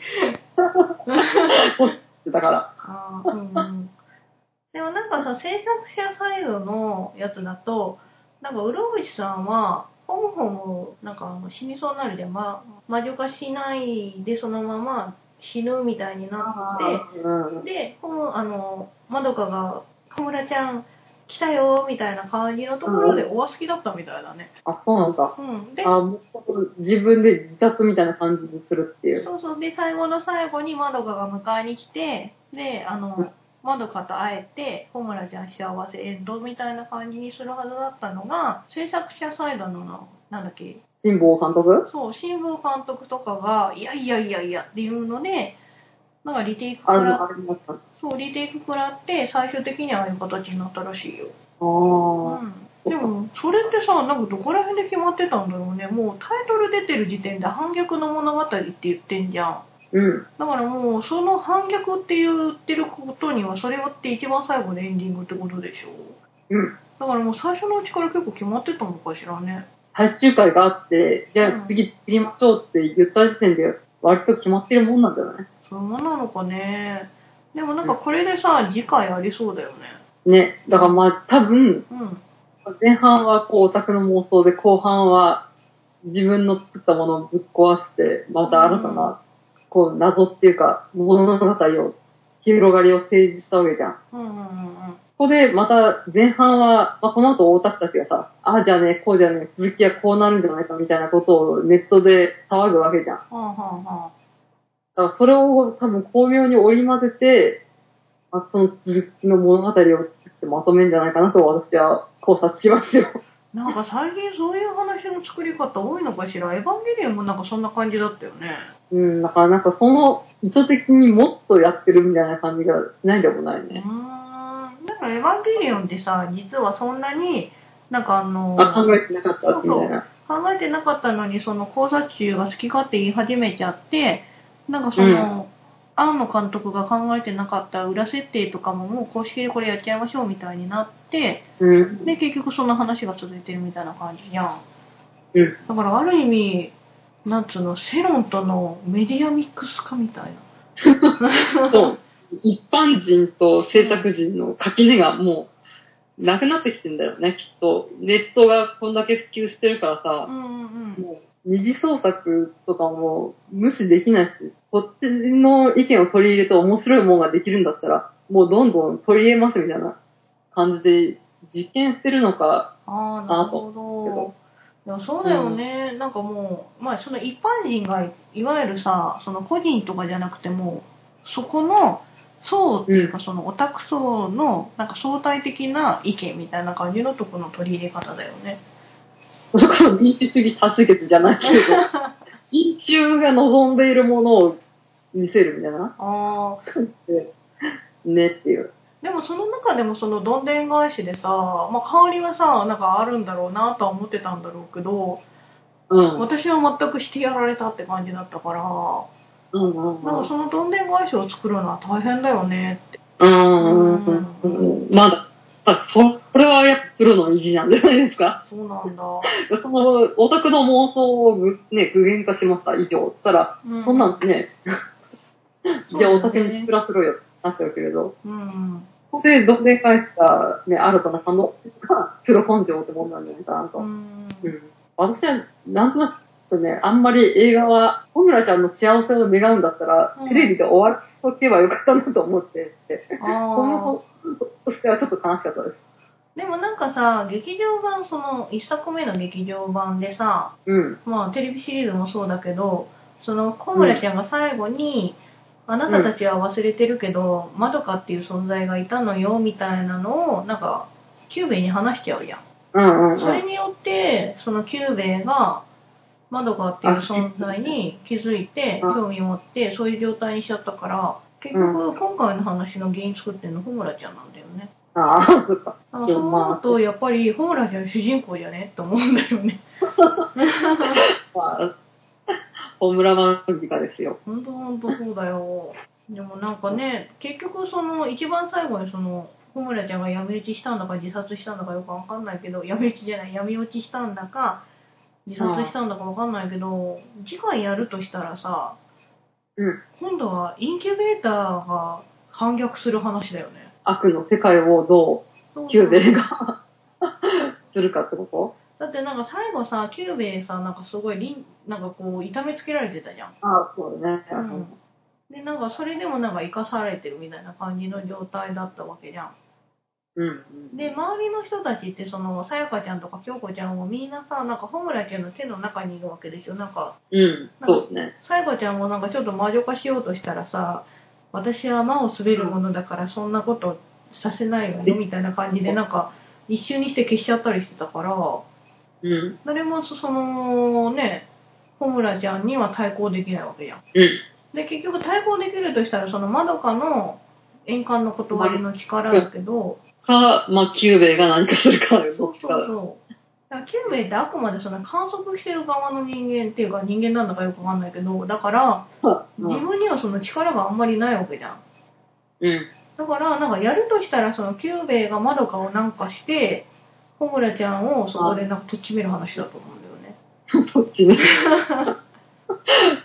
Speaker 1: だから、
Speaker 2: あーうんうん。 でもなんかさ、制作者サイドのやつだと、なんか、うろぶちさんは、ホムホム、なんかあの死にそうになるじゃん。ま、魔女化しないで、そのまま死ぬみたいになって、
Speaker 1: うん、
Speaker 2: で、この、あの、まどかが、小村ちゃん、来たよ、みたいな感じのところで、おわすきだったみたいだね。
Speaker 1: あ、そうなんだ。
Speaker 2: うん。で、
Speaker 1: あ、もう自分で自殺みたいな感じにするっていう。
Speaker 2: そうそう。で、最後の最後にまどかが迎えに来て、で、あ
Speaker 1: うん
Speaker 2: の、まどかと会えて、ホムラちゃん幸せエンドみたいな感じにするはずだったのが、制作者サイドの、なんだっけ、
Speaker 1: 辛坊監督
Speaker 2: そう、新聞監督とかが、いやいやいやいやっていうので、なんかリテイク食
Speaker 1: あれ
Speaker 2: ら
Speaker 1: も
Speaker 2: っ
Speaker 1: あれもあった。あ
Speaker 2: そう、リテイク食らって、最終的にはああいう形になったらしいよ。う
Speaker 1: あ。
Speaker 2: ん。でも、それってさ、なんかどこら辺で決まってたんだろうね。もうタイトル出てる時点で反逆の物語って言ってんじゃん。
Speaker 1: うん。
Speaker 2: だからもうその反逆って言ってることにはそれって一番最後のエンディングってことでしょ
Speaker 1: うん。
Speaker 2: だからもう最初のうちから結構決まってたのかしらね
Speaker 1: 最終回があって、じゃ
Speaker 2: う
Speaker 1: あ
Speaker 2: ん
Speaker 1: 次切りましょうって言った時点で、割と決まってるもんなんじゃない
Speaker 2: そういうもんなのかねでもなんかこれでさ次回ありそうだよね
Speaker 1: ね。だからまあ、多分、
Speaker 2: うん
Speaker 1: 前半はこうオタクの妄想で、後半は自分の作ったものをぶっ壊して、また新たな、こう、謎っていうか、物語を、広がりを提示したわけじゃん。
Speaker 2: うんうんうん
Speaker 1: ここでまた前半は、まあ、この後大田たちがさ、ああじゃねえ、こうじゃねえ、続きはこうなるんじゃないかみたいなことをネットで騒ぐわけじゃん。だ
Speaker 2: はあはあはあ
Speaker 1: からそれを多分巧妙に織り混ぜて、まあ、その続きの物語を作ってまとめるんじゃないかなと私は考察しますよ。
Speaker 2: なんか最近そういう話の作り方多いのかしらエヴァンゲリオンもなんかそんな感じだったよね
Speaker 1: うん、だからなんかその意図的にもっとやってるみたいな感じがしないでもないう
Speaker 2: ー
Speaker 1: ね。
Speaker 2: んなんかエヴァンゲリオンってさ実はそんなになんかあの
Speaker 1: あ、考えてなかったみたいな。
Speaker 2: 考えてなかったのにその考察中が好き勝手言い始めちゃってなんかその、庵野監督が考えてなかった裏設定とかももう公式でこれやっちゃいましょうみたいになって
Speaker 1: うん。
Speaker 2: で結局その話が続いてるみたいな感じじゃん、
Speaker 1: うん
Speaker 2: だからある意味なんつうの世論とのメディアミックス化みたいな
Speaker 1: そう。一般人と制作人の垣根がもう、なくなってきてんだよね、きっと。ネットがこんだけ普及してるから
Speaker 2: う
Speaker 1: さ、
Speaker 2: んうんうん
Speaker 1: もう、二次創作とかも無視できないし、こっちの意見を取り入れて面白いもんができるんだったら、もうどんどん取り入れますみたいな感じで、実験してるのか、
Speaker 2: ああなるほどいやそうだよね、なんかもう、まあ、その一般人がいわゆるさその個人とかじゃなくてもそこの層っていうかそのオタク層のなんか相対的な意見みたいな感じのとこの取り入れ方だよね。
Speaker 1: それこそ民主主義多数決じゃ ないけど、民衆が望んでいるものを見せるみたいな。
Speaker 2: ああ。
Speaker 1: ねっていう。
Speaker 2: でもその中でもそのどんでん返しでさ、まあ、香りはさなんかあるんだろうなとは思ってたんだろうけど
Speaker 1: うん。
Speaker 2: 私は全くしてやられたって感じだったから
Speaker 1: うんうん
Speaker 2: なんかそのどんでん返しを作るのは大変だよねって。
Speaker 1: うんうんうん。まだ、あそこれはやっぱプロの意地なんじゃないですか。
Speaker 2: そうなんだ。
Speaker 1: その、オタクの妄想をぐね、具現化しました、以上。そしたら、
Speaker 2: うん、
Speaker 1: そんなんね、
Speaker 2: そう
Speaker 1: じゃ
Speaker 2: だ
Speaker 1: あ
Speaker 2: ね
Speaker 1: オタクに作らせろよってなっちゃうけれど。
Speaker 2: うん。
Speaker 1: ここで、どんでん返した、ね、新たな可能性が、プロ根性ってもんなんじゃないかなと。
Speaker 2: うん。
Speaker 1: うん私は、なんとなくね、あんまり映画は、小村ちゃんの幸せを願うんだったら、
Speaker 2: うん
Speaker 1: テレビで終わらせとけばよかったなと思って、
Speaker 2: あ
Speaker 1: こ
Speaker 2: ー
Speaker 1: のとしてはちょっと悲しかったです。
Speaker 2: でもなんかさ劇場版その1作目の劇場版でさ
Speaker 1: うん。
Speaker 2: まあテレビシリーズもそうだけどその小村ちゃんが最後に、あなたたちは忘れてるけど、まどかっていう存在がいたのよみたいなのをなんか久兵衛に話しちゃうやん、
Speaker 1: うんうんうん。
Speaker 2: それによってその久兵衛がまどかっていう存在に気づいて
Speaker 1: うん
Speaker 2: 興味持ってそういう状態にしちゃったから結局今回の話の原因作ってるの小村ちゃんなんだよね
Speaker 1: ああ、そっか。
Speaker 2: あそう思うとやっぱりホーラーじゃ主人公じゃねって思うんだよね
Speaker 1: まあ、ホームラマンギカですよ。
Speaker 2: ほんとほんとそうだよでもなんかね結局その一番最後にそのホムラちゃんが闇落ちしたんだか自殺したんだかよくわかんないけど闇落ちじゃない闇落ちしたんだか自殺したんだかわかんないけど次回やるとしたらさ、
Speaker 1: うん
Speaker 2: 今度はインキュベーターが反逆する話だよね
Speaker 1: 悪の世界をどう、キューベが するかってこと
Speaker 2: だってなんか最後さキューベイさなんかすごいりんなんかこう痛めつけられてたじゃん
Speaker 1: ああ、そうだね。
Speaker 2: うんでなんかそれでもなんか生かされてるみたいな感じの状態だったわけじゃ
Speaker 1: うん。うんん。
Speaker 2: で周りの人たちってそのさやかちゃんとか京子ちゃんをみんなさなんかホムラちゃんの手の中にいるわけですよなんか
Speaker 1: うん、そうですね。
Speaker 2: さやかちゃんもなんかちょっと魔女化しようとしたらさ私は魔を滑るものだからそんなことさせないわよみたいな感じでなんか一瞬にして消しちゃったりしてたから
Speaker 1: うん。うん。
Speaker 2: 誰もそそのねホムラちゃんには対抗できないわけじゃんで結局対抗できるとしたらそのまどかの円環の断りの力だけど、
Speaker 1: か、まあ、キューベが何かするか、
Speaker 2: そ
Speaker 1: ど
Speaker 2: う
Speaker 1: っ
Speaker 2: そ
Speaker 1: ち
Speaker 2: う
Speaker 1: か。
Speaker 2: そうだからキューベってあくまでその観測してる側の人間っていうか人間なんだかよくわかんないけどだから
Speaker 1: う
Speaker 2: 自
Speaker 1: ん。
Speaker 2: 分にはその力があんまりないわけじゃん
Speaker 1: うん。
Speaker 2: だからなんかやるとしたらそのキューベがまどかをなんかしてホムラちゃんをそこでなんかとっちめる話だと思うんだよね
Speaker 1: そっちね。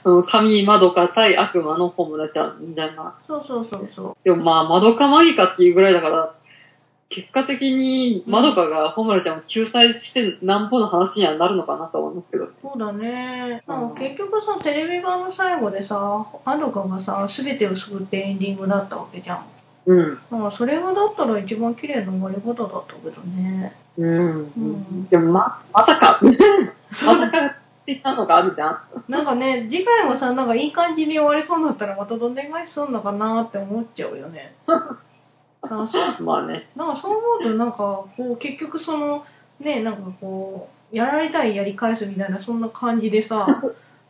Speaker 1: その、神まどか対悪魔のホムラちゃんみたいな。
Speaker 2: そうそうそうそう
Speaker 1: でもまあ、まどかマギカっていうぐらいだから、結果的にまどかがホムラちゃんを救済してなんぼの話にはなるのかなと思いますけど。
Speaker 2: そうだね。なんか結局さ、テレビ版の最後でさ、アドカがさ、すべてを救ってエンディングだったわけじゃん。
Speaker 1: うん。
Speaker 2: まあ、それがだったら一番綺麗な終わり方だったけどね。
Speaker 1: うん。
Speaker 2: うん
Speaker 1: でもま、また か。またかって言ったのがあるじゃん。
Speaker 2: なんかね、次回もさ、なんかいい感じに終わりそうになったらまたどんでん返しすんのかなって思っちゃうよね。なんかそう
Speaker 1: まあね。
Speaker 2: なんかそう思うと、なんかこう、結局その、ね、なんかこう、やられたいやり返すみたいな、そんな感じでさ、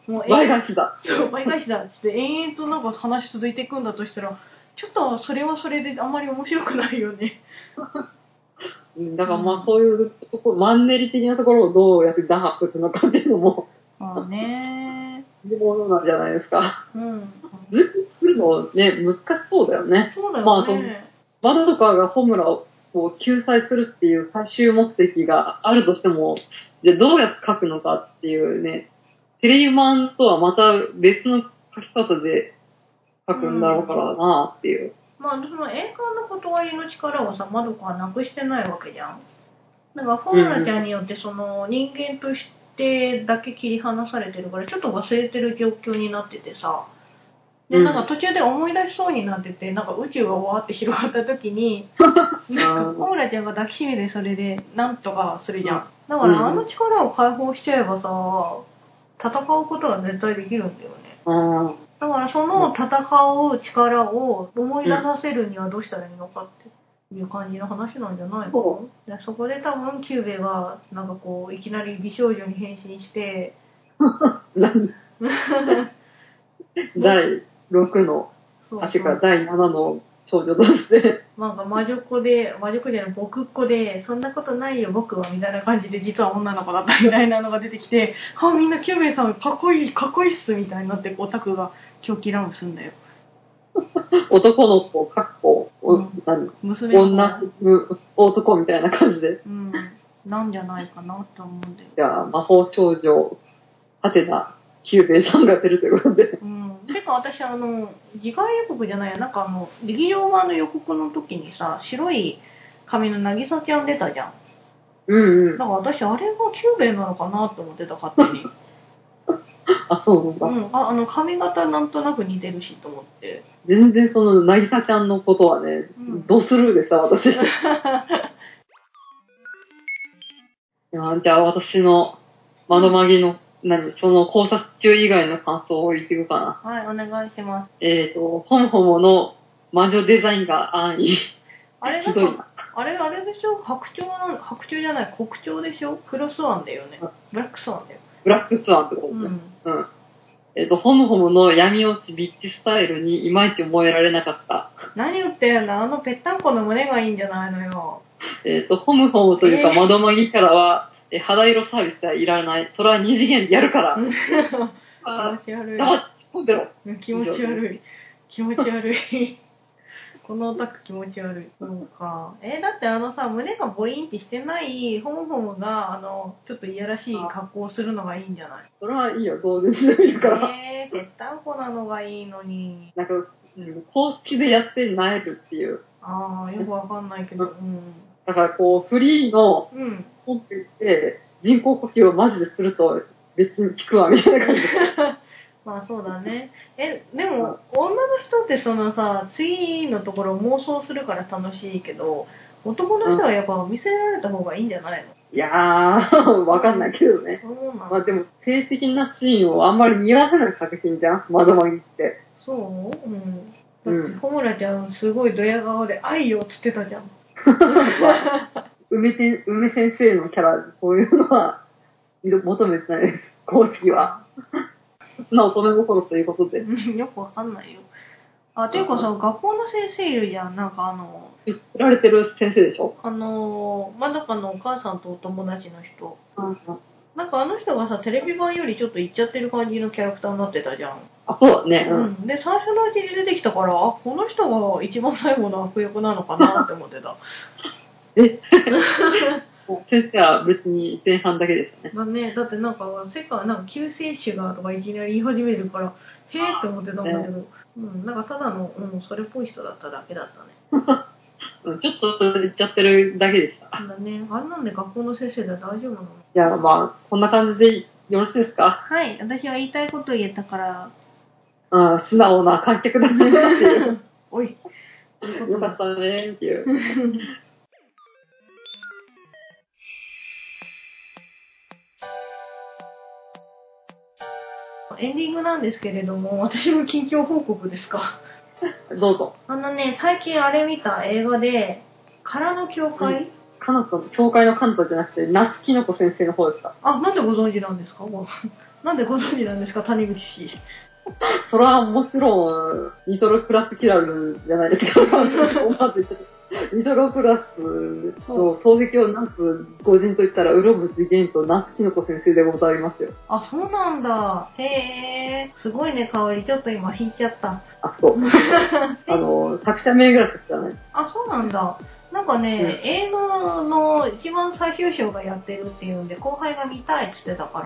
Speaker 2: も う
Speaker 1: 倍返しだ。
Speaker 2: そう倍返しだっつって延々となんか話続いていくんだとしたらちょっとそれはそれであんまり面白くないよね
Speaker 1: うんだからまあ、そういうとこ、マンネリ的なところをどうやって打破するのかっていうのも、
Speaker 2: まあね
Speaker 1: 重要なんじゃないですか。
Speaker 2: うん
Speaker 1: ずっとするのね、難しそうだよね。
Speaker 2: そうだ
Speaker 1: まあ
Speaker 2: よ
Speaker 1: そ
Speaker 2: ね、
Speaker 1: マドカがホムラを救済するっていう最終目的があるとしても、じゃあどうやって書くのかっていうね、テレマンとはまた別の書き方で書くんだろうからなっていう。
Speaker 2: まあその栄冠の断りの力をさまどかはなくしてないわけじゃんだからフォーラちゃんによってその人間としてだけ切り離されてるからちょっと忘れてる状況になっててさで
Speaker 1: うん
Speaker 2: なんか途中で思い出しそうになっててなんか宇宙がわーって広がった時 に
Speaker 1: うん
Speaker 2: コーラちゃんが抱きしめてそれでなんとかするじゃん、
Speaker 1: うん
Speaker 2: だから
Speaker 1: うん
Speaker 2: あの力を解放しちゃえばさ戦うことが絶対できるんだよね
Speaker 1: うん。
Speaker 2: だからその戦う力を思い出させるにはどうしたらいいのかっていう感じの話なんじゃないの
Speaker 1: そ
Speaker 2: でそこで多分キューベがなんかこういきなり美少女に変身 して
Speaker 1: う。何第6の、
Speaker 2: そう
Speaker 1: あ、
Speaker 2: そ
Speaker 1: 違う、
Speaker 2: う
Speaker 1: 第7の少女として、
Speaker 2: なんか魔女っ子で魔女っ子じゃない僕っ子でそんなことないよ僕はみたいな感じで実は女の子だったみたいなのが出てきてあみんなキューベさんかっこいいかっこいいっすみたいになってオタクが狂気乱舞するんだよ
Speaker 1: 男の子、かっこ、お
Speaker 2: うん
Speaker 1: 何
Speaker 2: 娘が
Speaker 1: 女、う男みたいな感じで。
Speaker 2: うんなんじゃないかなと思うんだよ
Speaker 1: じゃあ、魔法少女、ハテナ、キューベイさんが出るということで。
Speaker 2: うん、てか私あの次回予告じゃないやなんかあの劇場版の予告の時にさ白い髪の渚ちゃん出たじゃん
Speaker 1: うん
Speaker 2: だ
Speaker 1: うん
Speaker 2: か。ら私あれがキューベイなのかなと思ってた勝 手に、
Speaker 1: あ、そうなん
Speaker 2: う
Speaker 1: だ。
Speaker 2: ん、ああの髪型なんとなく似てるしと思 って
Speaker 1: 全然その、なぎさちゃんのことはね、
Speaker 2: うん
Speaker 1: ドスルーでした、私。いやじゃあ、私の、窓まぎの、何、その考察中以外の感想を言っていくかな。
Speaker 2: はいお願いします
Speaker 1: えっ、ー、と、ホモホモの魔女デザインが安易。
Speaker 2: あれな
Speaker 1: ひ
Speaker 2: ん
Speaker 1: どい
Speaker 2: か
Speaker 1: な。
Speaker 2: あれあれでしょ白鳥なん白鳥じゃない黒鳥でしょクロスワンだよねブラックスワンだよ
Speaker 1: ブラックスワンってこと
Speaker 2: う
Speaker 1: ね。
Speaker 2: ん
Speaker 1: うん。えっ、と、ホムホムの闇落ちビッチスタイルにいまいち燃えられなかった。
Speaker 2: 何言ってんだあのぺったんこの胸がいいんじゃないの よ
Speaker 1: えっ、と、ホムホムという
Speaker 2: え
Speaker 1: か、
Speaker 2: ー
Speaker 1: 窓まぎからは、えー肌色サービスはいらない。それは二次元でやるから。
Speaker 2: うん
Speaker 1: あ
Speaker 2: 気持ち悪
Speaker 1: ー
Speaker 2: い
Speaker 1: 黙って突っ込んでろ。
Speaker 2: うん気持ち悪い気持ち悪い このオタク気持ち悪いそうかえだってあのさ胸がボインってしてないホモホモがあのちょっといやらしい格好をするのがいいんじゃない
Speaker 1: それはいいよ、どうでもいいから。
Speaker 2: えー、ぺったんこなのがいいのに
Speaker 1: なんか、うん公式でやってなえるっていう。
Speaker 2: ああよくわかんないけどうん
Speaker 1: だからこう、フリーの
Speaker 2: うん
Speaker 1: コンペって、人工呼吸をマジですると別に効くわ、みたいな感じで。
Speaker 2: まあそうだねえでも女の人ってそのさ次のところ妄想するから楽しいけど男の人はやっぱ見せられた方がいいんじゃないの
Speaker 1: いやー、わかんないけどね。
Speaker 2: そうな
Speaker 1: まあ
Speaker 2: の
Speaker 1: でも、性的なシーンをあんまり見合わせない作品じゃん窓マギって。
Speaker 2: そううん。
Speaker 1: うん
Speaker 2: だって、小村ちゃん、すごいドヤ顔で、愛よっつってたじゃん。
Speaker 1: 梅先梅先生のキャラ、そういうのは、求めてないです。公式は。素直乙女心ということで。
Speaker 2: うんよくわかんないよ。あ、ていうかさ、学校の先生いるじゃん。なんかあの、
Speaker 1: 言られてる先生でしょ
Speaker 2: あのー、まだかのお母さんとお友達の人。なんかあの人がさ、テレビ版よりちょっといっちゃってる感じのキャラクターになってたじゃん。
Speaker 1: あ、そうだね。
Speaker 2: う
Speaker 1: うん。
Speaker 2: ん。で、最初のうちに出てきたから、あ、この人が一番最後の悪役なのかなって思ってた。
Speaker 1: 先生は別に前半だけでしたね。
Speaker 2: だね、だってなんか世界なんか救世主がとかいきなり言い始めるからへえって思ってたんだけど、うん、なんかただの、うん、それっぽい人だっただけだったね
Speaker 1: うん、ちょっと言っちゃってるだけでした。
Speaker 2: だねあんなんで学校の先生で大丈夫なの
Speaker 1: じゃあまあ、こんな感じでよろしいですか
Speaker 2: はい私は言いたいこと言えたから
Speaker 1: うん、素直な観客だったなっていう。
Speaker 2: お いそういうこ
Speaker 1: よ
Speaker 2: と
Speaker 1: か
Speaker 2: だ
Speaker 1: ったねっていう。
Speaker 2: エンディングなんですけれども私の近況報告ですか
Speaker 1: どうぞ。
Speaker 2: あのね最近あれ見た映画で「空の教会」
Speaker 1: うん彼女の、教会の彼女じゃなくて、夏木の子先生の方ですか
Speaker 2: あ、なんでご存知なんですかもうなんでご存知なんですか谷口氏。
Speaker 1: それはもちろん、ニトロプラスキラルじゃないですか。 思わず言っちゃったニトロプラスの双璧をなんと五人と言ったら、うろぶ次元と夏木の子先生でございますよ。
Speaker 2: あ、そうなんだ。へえ。すごいね、香り。ちょっと今引いちゃ った。
Speaker 1: あ、そう。あの、作者名グラスじゃない。
Speaker 2: あ、そうなんだ。なんかね、
Speaker 1: うん
Speaker 2: 映画の一番最終章がやってるっていうんで、後輩が見たいっつってたか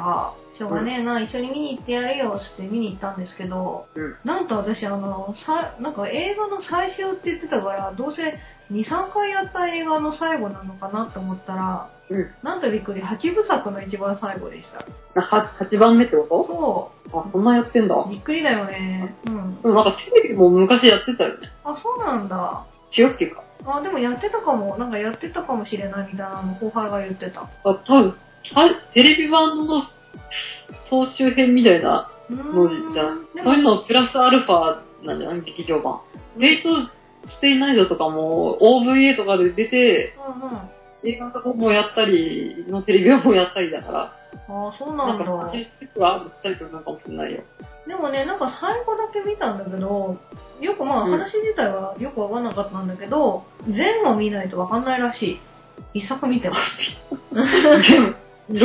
Speaker 2: ら、しょうがねえな、一緒に見に行ってやるよっつって見に行ったんですけど、
Speaker 1: うん
Speaker 2: なんと私、あの、さなんか映画の最終って言ってたから、どうせ2、3回やった映画の最後なのかなと思ったら、
Speaker 1: うん
Speaker 2: なんとびっくり、8部作の一番最後でした。
Speaker 1: なは8番目ってこ
Speaker 2: そ
Speaker 1: とあ、そんなやってんだ。
Speaker 2: う、びっくりだよね。うん。
Speaker 1: でもなんかテレビも昔やってたよね。
Speaker 2: あ、そうなんだ。
Speaker 1: 千代っけか。
Speaker 2: あ、でもやってたかも。なんかやってたかもしれないみたいなの後輩が言ってた。
Speaker 1: あ、多分、さテレビ版の総集編みたいなのじゃん。
Speaker 2: で
Speaker 1: そういう
Speaker 2: も
Speaker 1: のプラスアルファなんじゃない劇場版。冷凍していないぞとかも、OVA とかで出て、
Speaker 2: うんうん。あ
Speaker 1: 映画化もやったり、のテレビもやったりだから、
Speaker 2: あ、そうな
Speaker 1: なんん
Speaker 2: だ
Speaker 1: か、。そういうステップがあるタイプなのかもしれないよ。
Speaker 2: でもね、なんか最後だけ見たんだけど、よくまあ
Speaker 1: うん
Speaker 2: 話自体はよくわかんなかったんだけど、全話見ないとわかんないらしい。一作見てます。
Speaker 1: いろ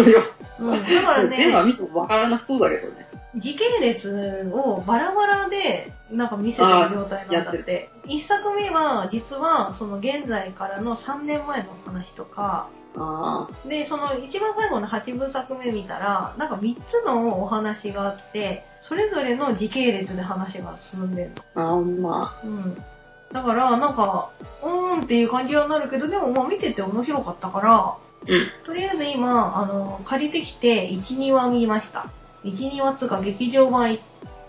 Speaker 1: いろ。
Speaker 2: うん、だから
Speaker 1: 全
Speaker 2: ね、
Speaker 1: 話見てもわからなそうだけどね。
Speaker 2: 時系列をバラバラでなんか見せてる状態なんだ
Speaker 1: あーや
Speaker 2: っ。
Speaker 1: って
Speaker 2: 一作目は実はその現在からの3年前の話とか、
Speaker 1: ああ、
Speaker 2: で、その一番最後の8分作目見たら、なんか3つのお話があって、それぞれの時系列で話が進んでるの。
Speaker 1: ああ、ま
Speaker 2: うん。だから、なんか、うーんっていう感じはなるけど、でもまあ見てて面白かったから、
Speaker 1: うん
Speaker 2: とりあえず今、あの、借りてきて1、2話見ました。1、2話つうか劇場版1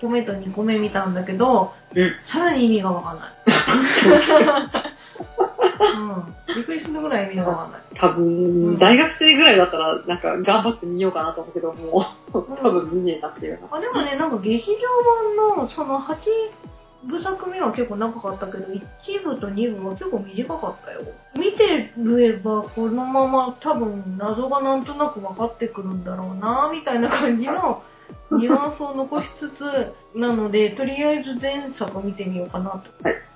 Speaker 2: 個目と2個目見たんだけど、
Speaker 1: うん
Speaker 2: さらに意味がわかんない。 うん。びっくりするぐらい意味がわかんない。
Speaker 1: あ、多
Speaker 2: うん
Speaker 1: 分、大学生ぐらいだったら、なんか、頑張ってみようかなと思うけど、もう、多分見ねえなっていうような。
Speaker 2: あでもね、なんか劇場版のその8部作目は結構長かったけど、1部と2部は結構短かったよ。見てればこのまま多分謎がなんとなく分かってくるんだろうな、みたいな感じのニュアンスを残しつつ、なので、とりあえず前作見てみようかな
Speaker 1: は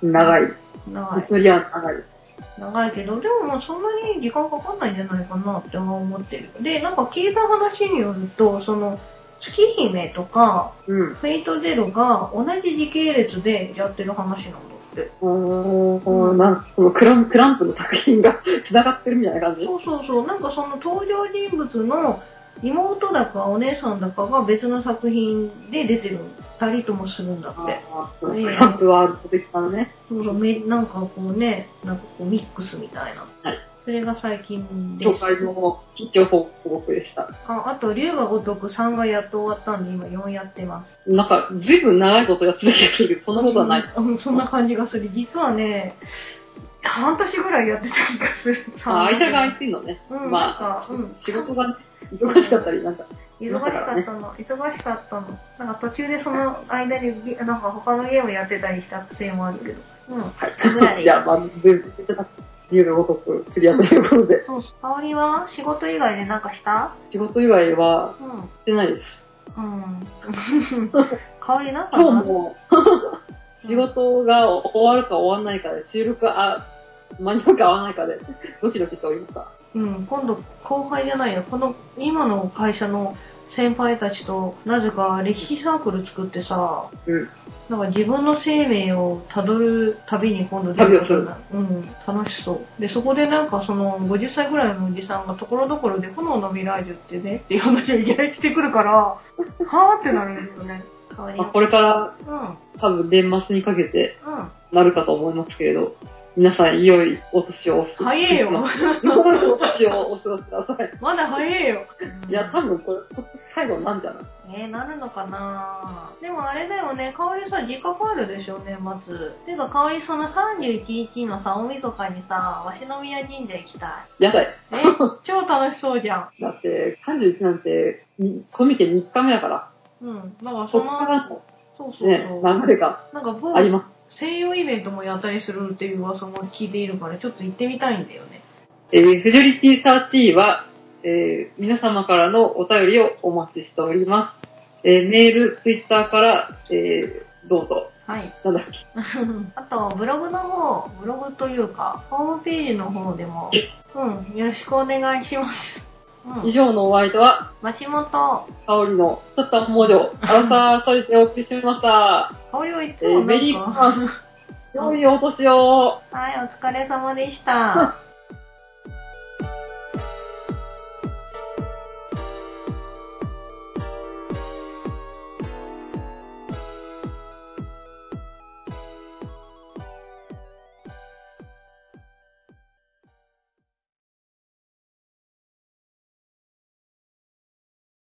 Speaker 1: い。長い。
Speaker 2: と。長い。
Speaker 1: そりゃ長い。
Speaker 2: 長いけど、でもまあそんなに時間かかんないんじゃないかなって思ってる。で、なんか聞いた話によると、その、月姫とか、
Speaker 1: うん。
Speaker 2: フェイトゼロが同じ時系列でやってる話なんだって。
Speaker 1: おー、なんか、そのクラン、クランプの作品が 繋がってるみたいな感じ
Speaker 2: そうそうそう。なんかその登場人物の妹だかお姉さんだかが別の作品で出てる。二人ともするんだって。
Speaker 1: あーそうクランプワールド的なね。
Speaker 2: そうそうめ、なんかこうね、なんかこうミックスみたいな。
Speaker 1: はい
Speaker 2: それが最近です
Speaker 1: 紹。介の緊張報告でした。
Speaker 2: ああと、竜が如く3がやっと終わったんで、今4やってます。
Speaker 1: なんか、ずいぶん長いことやってる気がする。そんなことはない。
Speaker 2: うん。うんそんな感じがする。実はね、半年ぐらいやってた気がする。
Speaker 1: あー、間が空いてんのね。
Speaker 2: うん、
Speaker 1: ま
Speaker 2: な
Speaker 1: あ
Speaker 2: んか、うん、、
Speaker 1: 仕事がね忙しかったり、なんか、
Speaker 2: 忙しかったの、忙しかったの。なんか途中でその間にゲ、なんか他のゲームやってたりしたせいもあるけど。うん。ぐらい
Speaker 1: いや、まあ、全部、理由がごとくクリアということで、
Speaker 2: そう、香りは仕事以外でなんかした
Speaker 1: 仕事以外は
Speaker 2: うん。
Speaker 1: してないです。
Speaker 2: うん。香りなんか
Speaker 1: 今日
Speaker 2: な
Speaker 1: も、仕事が終わるか終わらないかで、収録、あ、間に合うか合わないかで、ドキドキしておりました。
Speaker 2: うん、今度後輩じゃないよ。この、今の会社の先輩たちと、なぜか歴史サークル作ってさ、
Speaker 1: うん
Speaker 2: なんか自分の生命をたどる旅に今度
Speaker 1: 旅をする
Speaker 2: うん、楽しそう。で、そこでなんかその、50歳ぐらいのおじさんがところどころで炎の未来樹ってね、っていう話をいきなりしてくるから、 はぁってなるんですよね。代わり
Speaker 1: まあ、これから、
Speaker 2: うん、うん。
Speaker 1: 多分年末にかけてなるかと思いますけれど、皆さん、いよいよお年をお過ごし。
Speaker 2: 早 えよ。
Speaker 1: お年をお過ごしください。
Speaker 2: まだ早えよ。
Speaker 1: いや、多分これ、今年最後なんじゃない
Speaker 2: えー、なるのかなでもあれだよね、香りさ、実家帰るでしょ、年末。てか、香りその31日のさ、大晦日にさ、鷲宮神社行きた
Speaker 1: やばい。
Speaker 2: い。え、 超楽しそうじゃん。
Speaker 1: だって、31なんて、にコミケ3日目だから、
Speaker 2: うん。だから
Speaker 1: そ
Speaker 2: そ
Speaker 1: っ
Speaker 2: の、
Speaker 1: からの
Speaker 2: そうそうそう。
Speaker 1: ね、流れが
Speaker 2: なんか某
Speaker 1: あります。
Speaker 2: 西洋イベントもやったりするっていう噂も聞いているから、ちょっと行ってみたいんだよね。
Speaker 1: えー、フジョリティ30は、えー皆様からのお便りをお待ちしております。えーメール、ツイッターから、えーどうぞ。
Speaker 2: はい。
Speaker 1: なんだっ
Speaker 2: あと、ブログの方、ブログというか、ホームページの方でも、うん、よろしくお願いします。う
Speaker 1: け。以
Speaker 2: ん。
Speaker 1: 上のお相手は、
Speaker 2: マシモと、
Speaker 1: 香りの、ちょっと文字を、アウター、それでお送りしてみました。
Speaker 2: 香りはいつ
Speaker 1: え
Speaker 2: も
Speaker 1: ー
Speaker 2: な
Speaker 1: メリー
Speaker 2: ん
Speaker 1: ク
Speaker 2: か、
Speaker 1: マス、良いお年を。
Speaker 2: はい、お疲れ様でした。